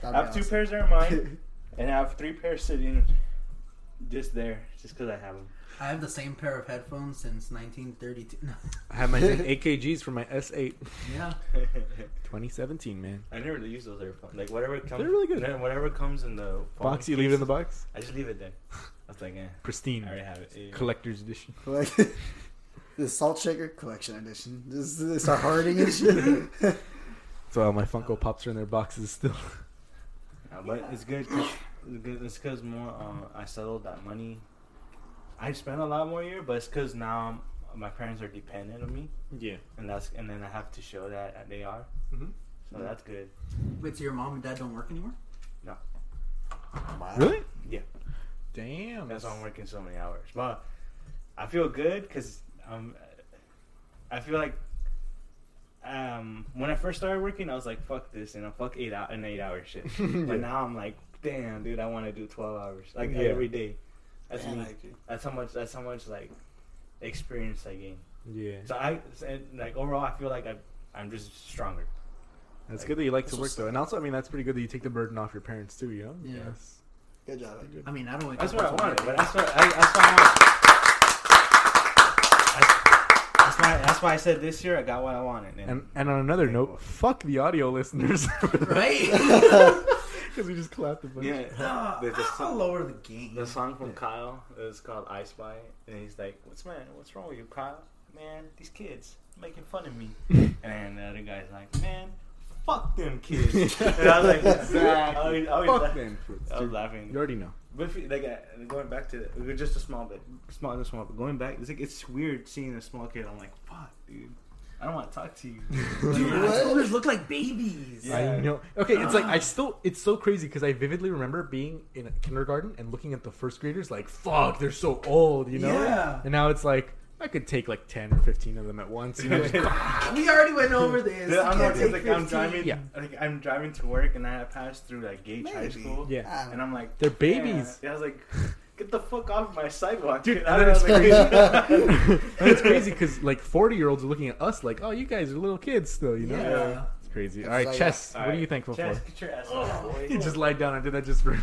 I That'd be have two awesome. pairs that <laughs> are mine, and I have three pairs sitting just there, just cause I have them. I have the same pair of headphones since <laughs> 1932. No. I have my <laughs> same AKGs for my S8 Yeah. 2017, man. <laughs> I never use those earphones. Like whatever comes, They're really good. no, <laughs> Whatever comes in the phone Box, you leave it in the case, box? I just <laughs> leave it there. I was like, eh, I Pristine. already have it. Yeah. Collector's edition. Collect- <laughs> the Salt Shaker Collection Edition. Just they start harding and shit. So all my Funko Pops are in their boxes still. Uh, but it's good. 'cause- it's good. It's because more. Uh, I settled that money. I spent a lot more here, but it's because now I'm, my parents are dependent on me, Yeah. and that's and then I have to show that they are. Mhm. So that's good. Wait, so your mom and dad don't work anymore? Really? Yeah. Damn. That's why I'm working so many hours. But I feel good because um, I feel like um, when I first started working, I was like, "Fuck this," and I fuck eight out an eight hour shit. <laughs> But now I'm like, "Damn, dude, I want to do twelve hours like Yeah. every day." That's Man, me. I agree. That's how much. That's how much like experience I gain. Yeah. So I and, like overall, I feel like I, I'm just stronger. That's Like, good that you like that's to work what's though, and also I mean that's pretty good that you take the burden off your parents too. You know. Yeah. Yes. Good job. Hector. <laughs> I mean, I don't. wake That's up what until I wanted. <laughs> midnight. But that's what I, that's what I wanted. That's- That's why. That's why I said this year I got what I wanted. And, And and on another note, fuck the audio listeners Right? <laughs> because we just clapped a <gasps> bunch. yeah, Ah, the, the, I'll song, lower the game. the song from Kyle is called "I Spy," and he's like, "What's man? What's wrong with you, Kyle? Man, these kids making fun of me." <laughs> <laughs> and the other guy's like, "Man, fuck them <laughs> kids." and I was like, Exactly. I was, I was, Fuck laugh- them. kids, I was dude. laughing. You already know. But if you, like uh, going back to the, just a small bit, small, just small. But going back, it's like it's weird seeing a small kid. I'm like, fuck, dude, I don't want to talk <laughs> to you. Dude, my What? shoulders look like babies. Yeah. I know. Okay, it's like I still. It's so crazy because I vividly remember being in kindergarten and looking at the first graders like, "Fuck, they're so old," you know. Yeah. And now it's like I could take like ten or fifteen of them at once. <laughs> You know? Like, We already went over this. Dude, You I'm can't like, it's take like I'm 15. driving, Yeah. like I'm driving to work, and I passed through like Gage High Maybe. School, <laughs> yeah. I don't and know. I'm like, They're yeah. babies. Yeah, I was like, get the fuck off my sidewalk, Dude, I and then was it's like- <laughs> crazy. <laughs> and it's crazy because like forty-year-olds are looking at us like, "Oh, you guys are little kids still," you know. Yeah. It's crazy. It's All right, like- chess. All what are right. you thankful Chaz, for? <laughs> get your Oh, ass off, boy. He just lied down. I did that just for.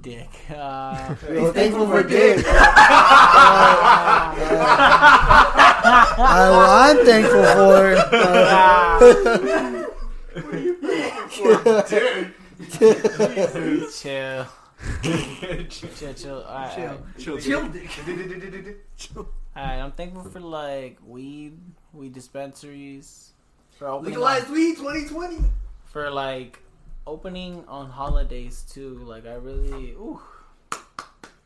dick. <laughs> Uh, Well, thankful for dick. dick. I, am thankful for. <laughs> chill. Chill, chill. Alright, alright. Chill, Chill, dick. <laughs> Alright, I'm thankful for like weed, weed dispensaries. For opening Legalized weed 2020. for like opening on holidays too. Like I really ooh.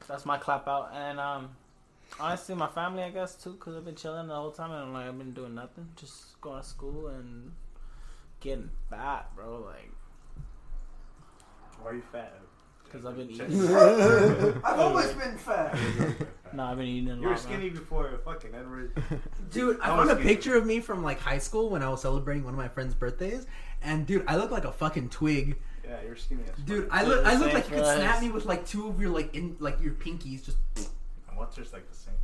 That's my clap out and um honestly my family I guess too cuz I've been chilling the whole time and like I've been doing nothing, just going to school and getting fat, bro, like Why are you <laughs> fat? cuz I've been Chaz. eating <laughs> I've always been fat. No, I've been eating a lot. You were man. skinny before fucking <laughs> Edward. Dude, I I found was a skinny. picture of me from like high school when I was celebrating one of my friend's birthdays, and dude, I look like a fucking twig. Yeah, you're skinny as fuck. Dude, I Dude, look, the I look same like you could for snap us. me with like two of your like in like your pinkies. Just And Walter's like the same.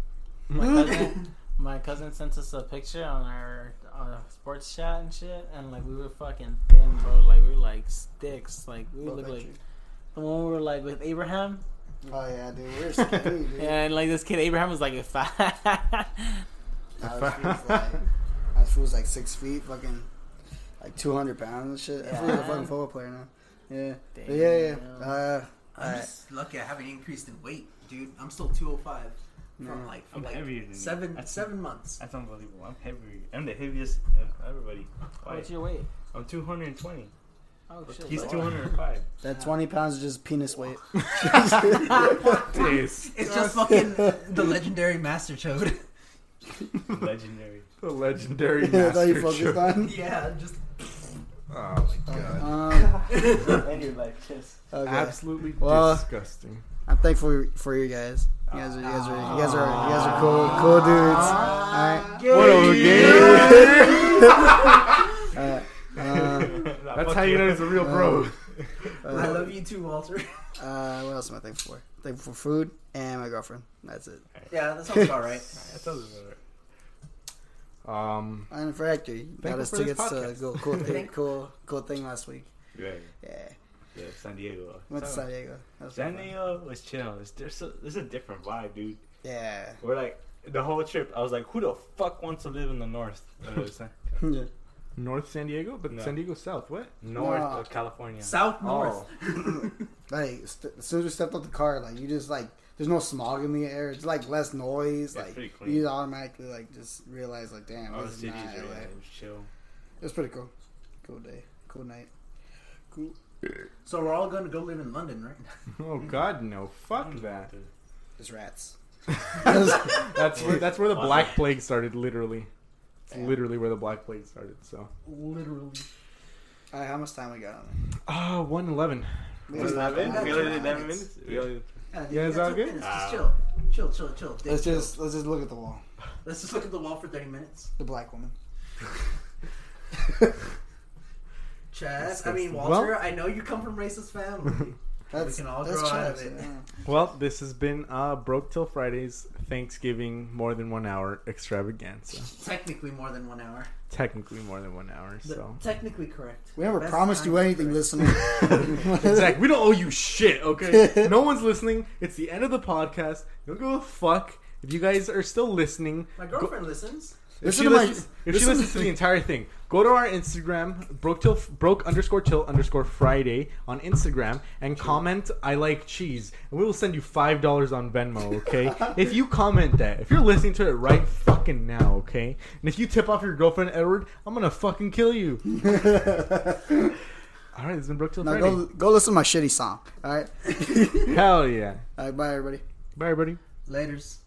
my cousin, my cousin sent us a picture on our uh, on our sports chat and shit, and like we were fucking thin, bro. Like we were like sticks. Like we What <laughs> look like picture? like with Abraham, Oh yeah, dude, we're skinny, dude. and like this kid Abraham was like <laughs> fat. I was feels like, I was feels like six feet, fucking like two hundred pounds and shit. I feel like a Yeah. fucking football player now. Yeah, But yeah, Damn. yeah. Uh, I'm just lucky I haven't increased in weight, dude. I'm still 205 from Yeah. like from I'm like heavier than you. seven That's- seven months. That's unbelievable. I'm heavier. I'm the heaviest of everybody. Why? What's your weight? I'm 220. Oh shit! He's Lord. <laughs> 205. that twenty pounds is just penis weight. Taste. It's just <laughs> fucking the legendary Master Chode. <laughs> <laughs> Legendary. <laughs> The legendary That's all master you focused Cho- <laughs> on. yeah, just Oh my god. Um, and your life, just okay. Absolutely Well- uh, disgusting. I'm thankful for you guys. You guys are, you guys are, you guys are, you guys are cool, cool dudes. All right. What a gay- Uh, uh, That's how you know <laughs> he's a real bro. <laughs> I uh, love you too, Walter. uh, what else am I thankful for? Thankful for food and my girlfriend. That's it. yeah, that sounds alright. That sounds about right. Oh. Um, And for Hector, you got Thankful us for this tickets to podcast. go <laughs> cool thing, cool, cool thing last week. Right. Yeah, Yeah, San Diego. went to So- San Diego. That was San fun. Diego was chill. It's, there's a, there's a different vibe, dude. Yeah. <laughs> We're like, the whole trip, I was like, who the fuck wants to live in the north? <laughs> yeah. North San Diego, but No. San Diego South. What? north No. of California. South Oh. Oh. North. Like st- as soon as we stepped out the car, like you just like there's no smog in the air. It's like less noise. Yeah, like pretty clean. you just automatically like just realize like damn, All the this is cities not are LA. like, chill. It was pretty cool. Cool day. Cool night. Cool. So we're all gonna go live in London, right? <laughs> <laughs> Oh God, no! Mm. Fuck that. Just <laughs> rats. That's where, that's where the Why? Black Plague started. Literally, it's Damn. literally where the Black Plague started. So, Literally. All right, how much time we got? ah, one eleven. We What's got eleven? time. We only did eleven minutes. We only Yeah, is that good? Just Ah. chill, chill, chill, chill. Dick, Let's chill. just let's just look at the wall. let's just look at the wall for thirty minutes. The black woman. Chad, I mean Disgusting. Walter, I know you come from <laughs> racist family. That's can all that's grow out of Chad's, it. yeah. Well, this has been uh, broke till Fridays Thanksgiving more than one hour extravaganza. technically more than one hour. Technically more than one hour. The- So, Technically correct. We never Best promised you time anything, correct. listener. <laughs> Zach, we don't owe you shit. Okay, no one's listening. It's the end of the podcast. Don't give a fuck. If you guys are still listening, My girlfriend listens. If Listen she, to my- listens, if she listen to listens to the entire thing, go to our Instagram, broke till broke underscore till underscore Friday on Instagram, and comment I like cheese, and we will send you five dollars on Venmo. Okay, <laughs> if you comment that, if you're listening to it right fucking now, okay, and if you tip off your girlfriend Edward, I'm gonna fucking kill you. All right, it's been broke <laughs> till now Friday. go go listen to my shitty song. All right. <laughs> Hell yeah! All right. Bye everybody. Bye, everybody. Later's.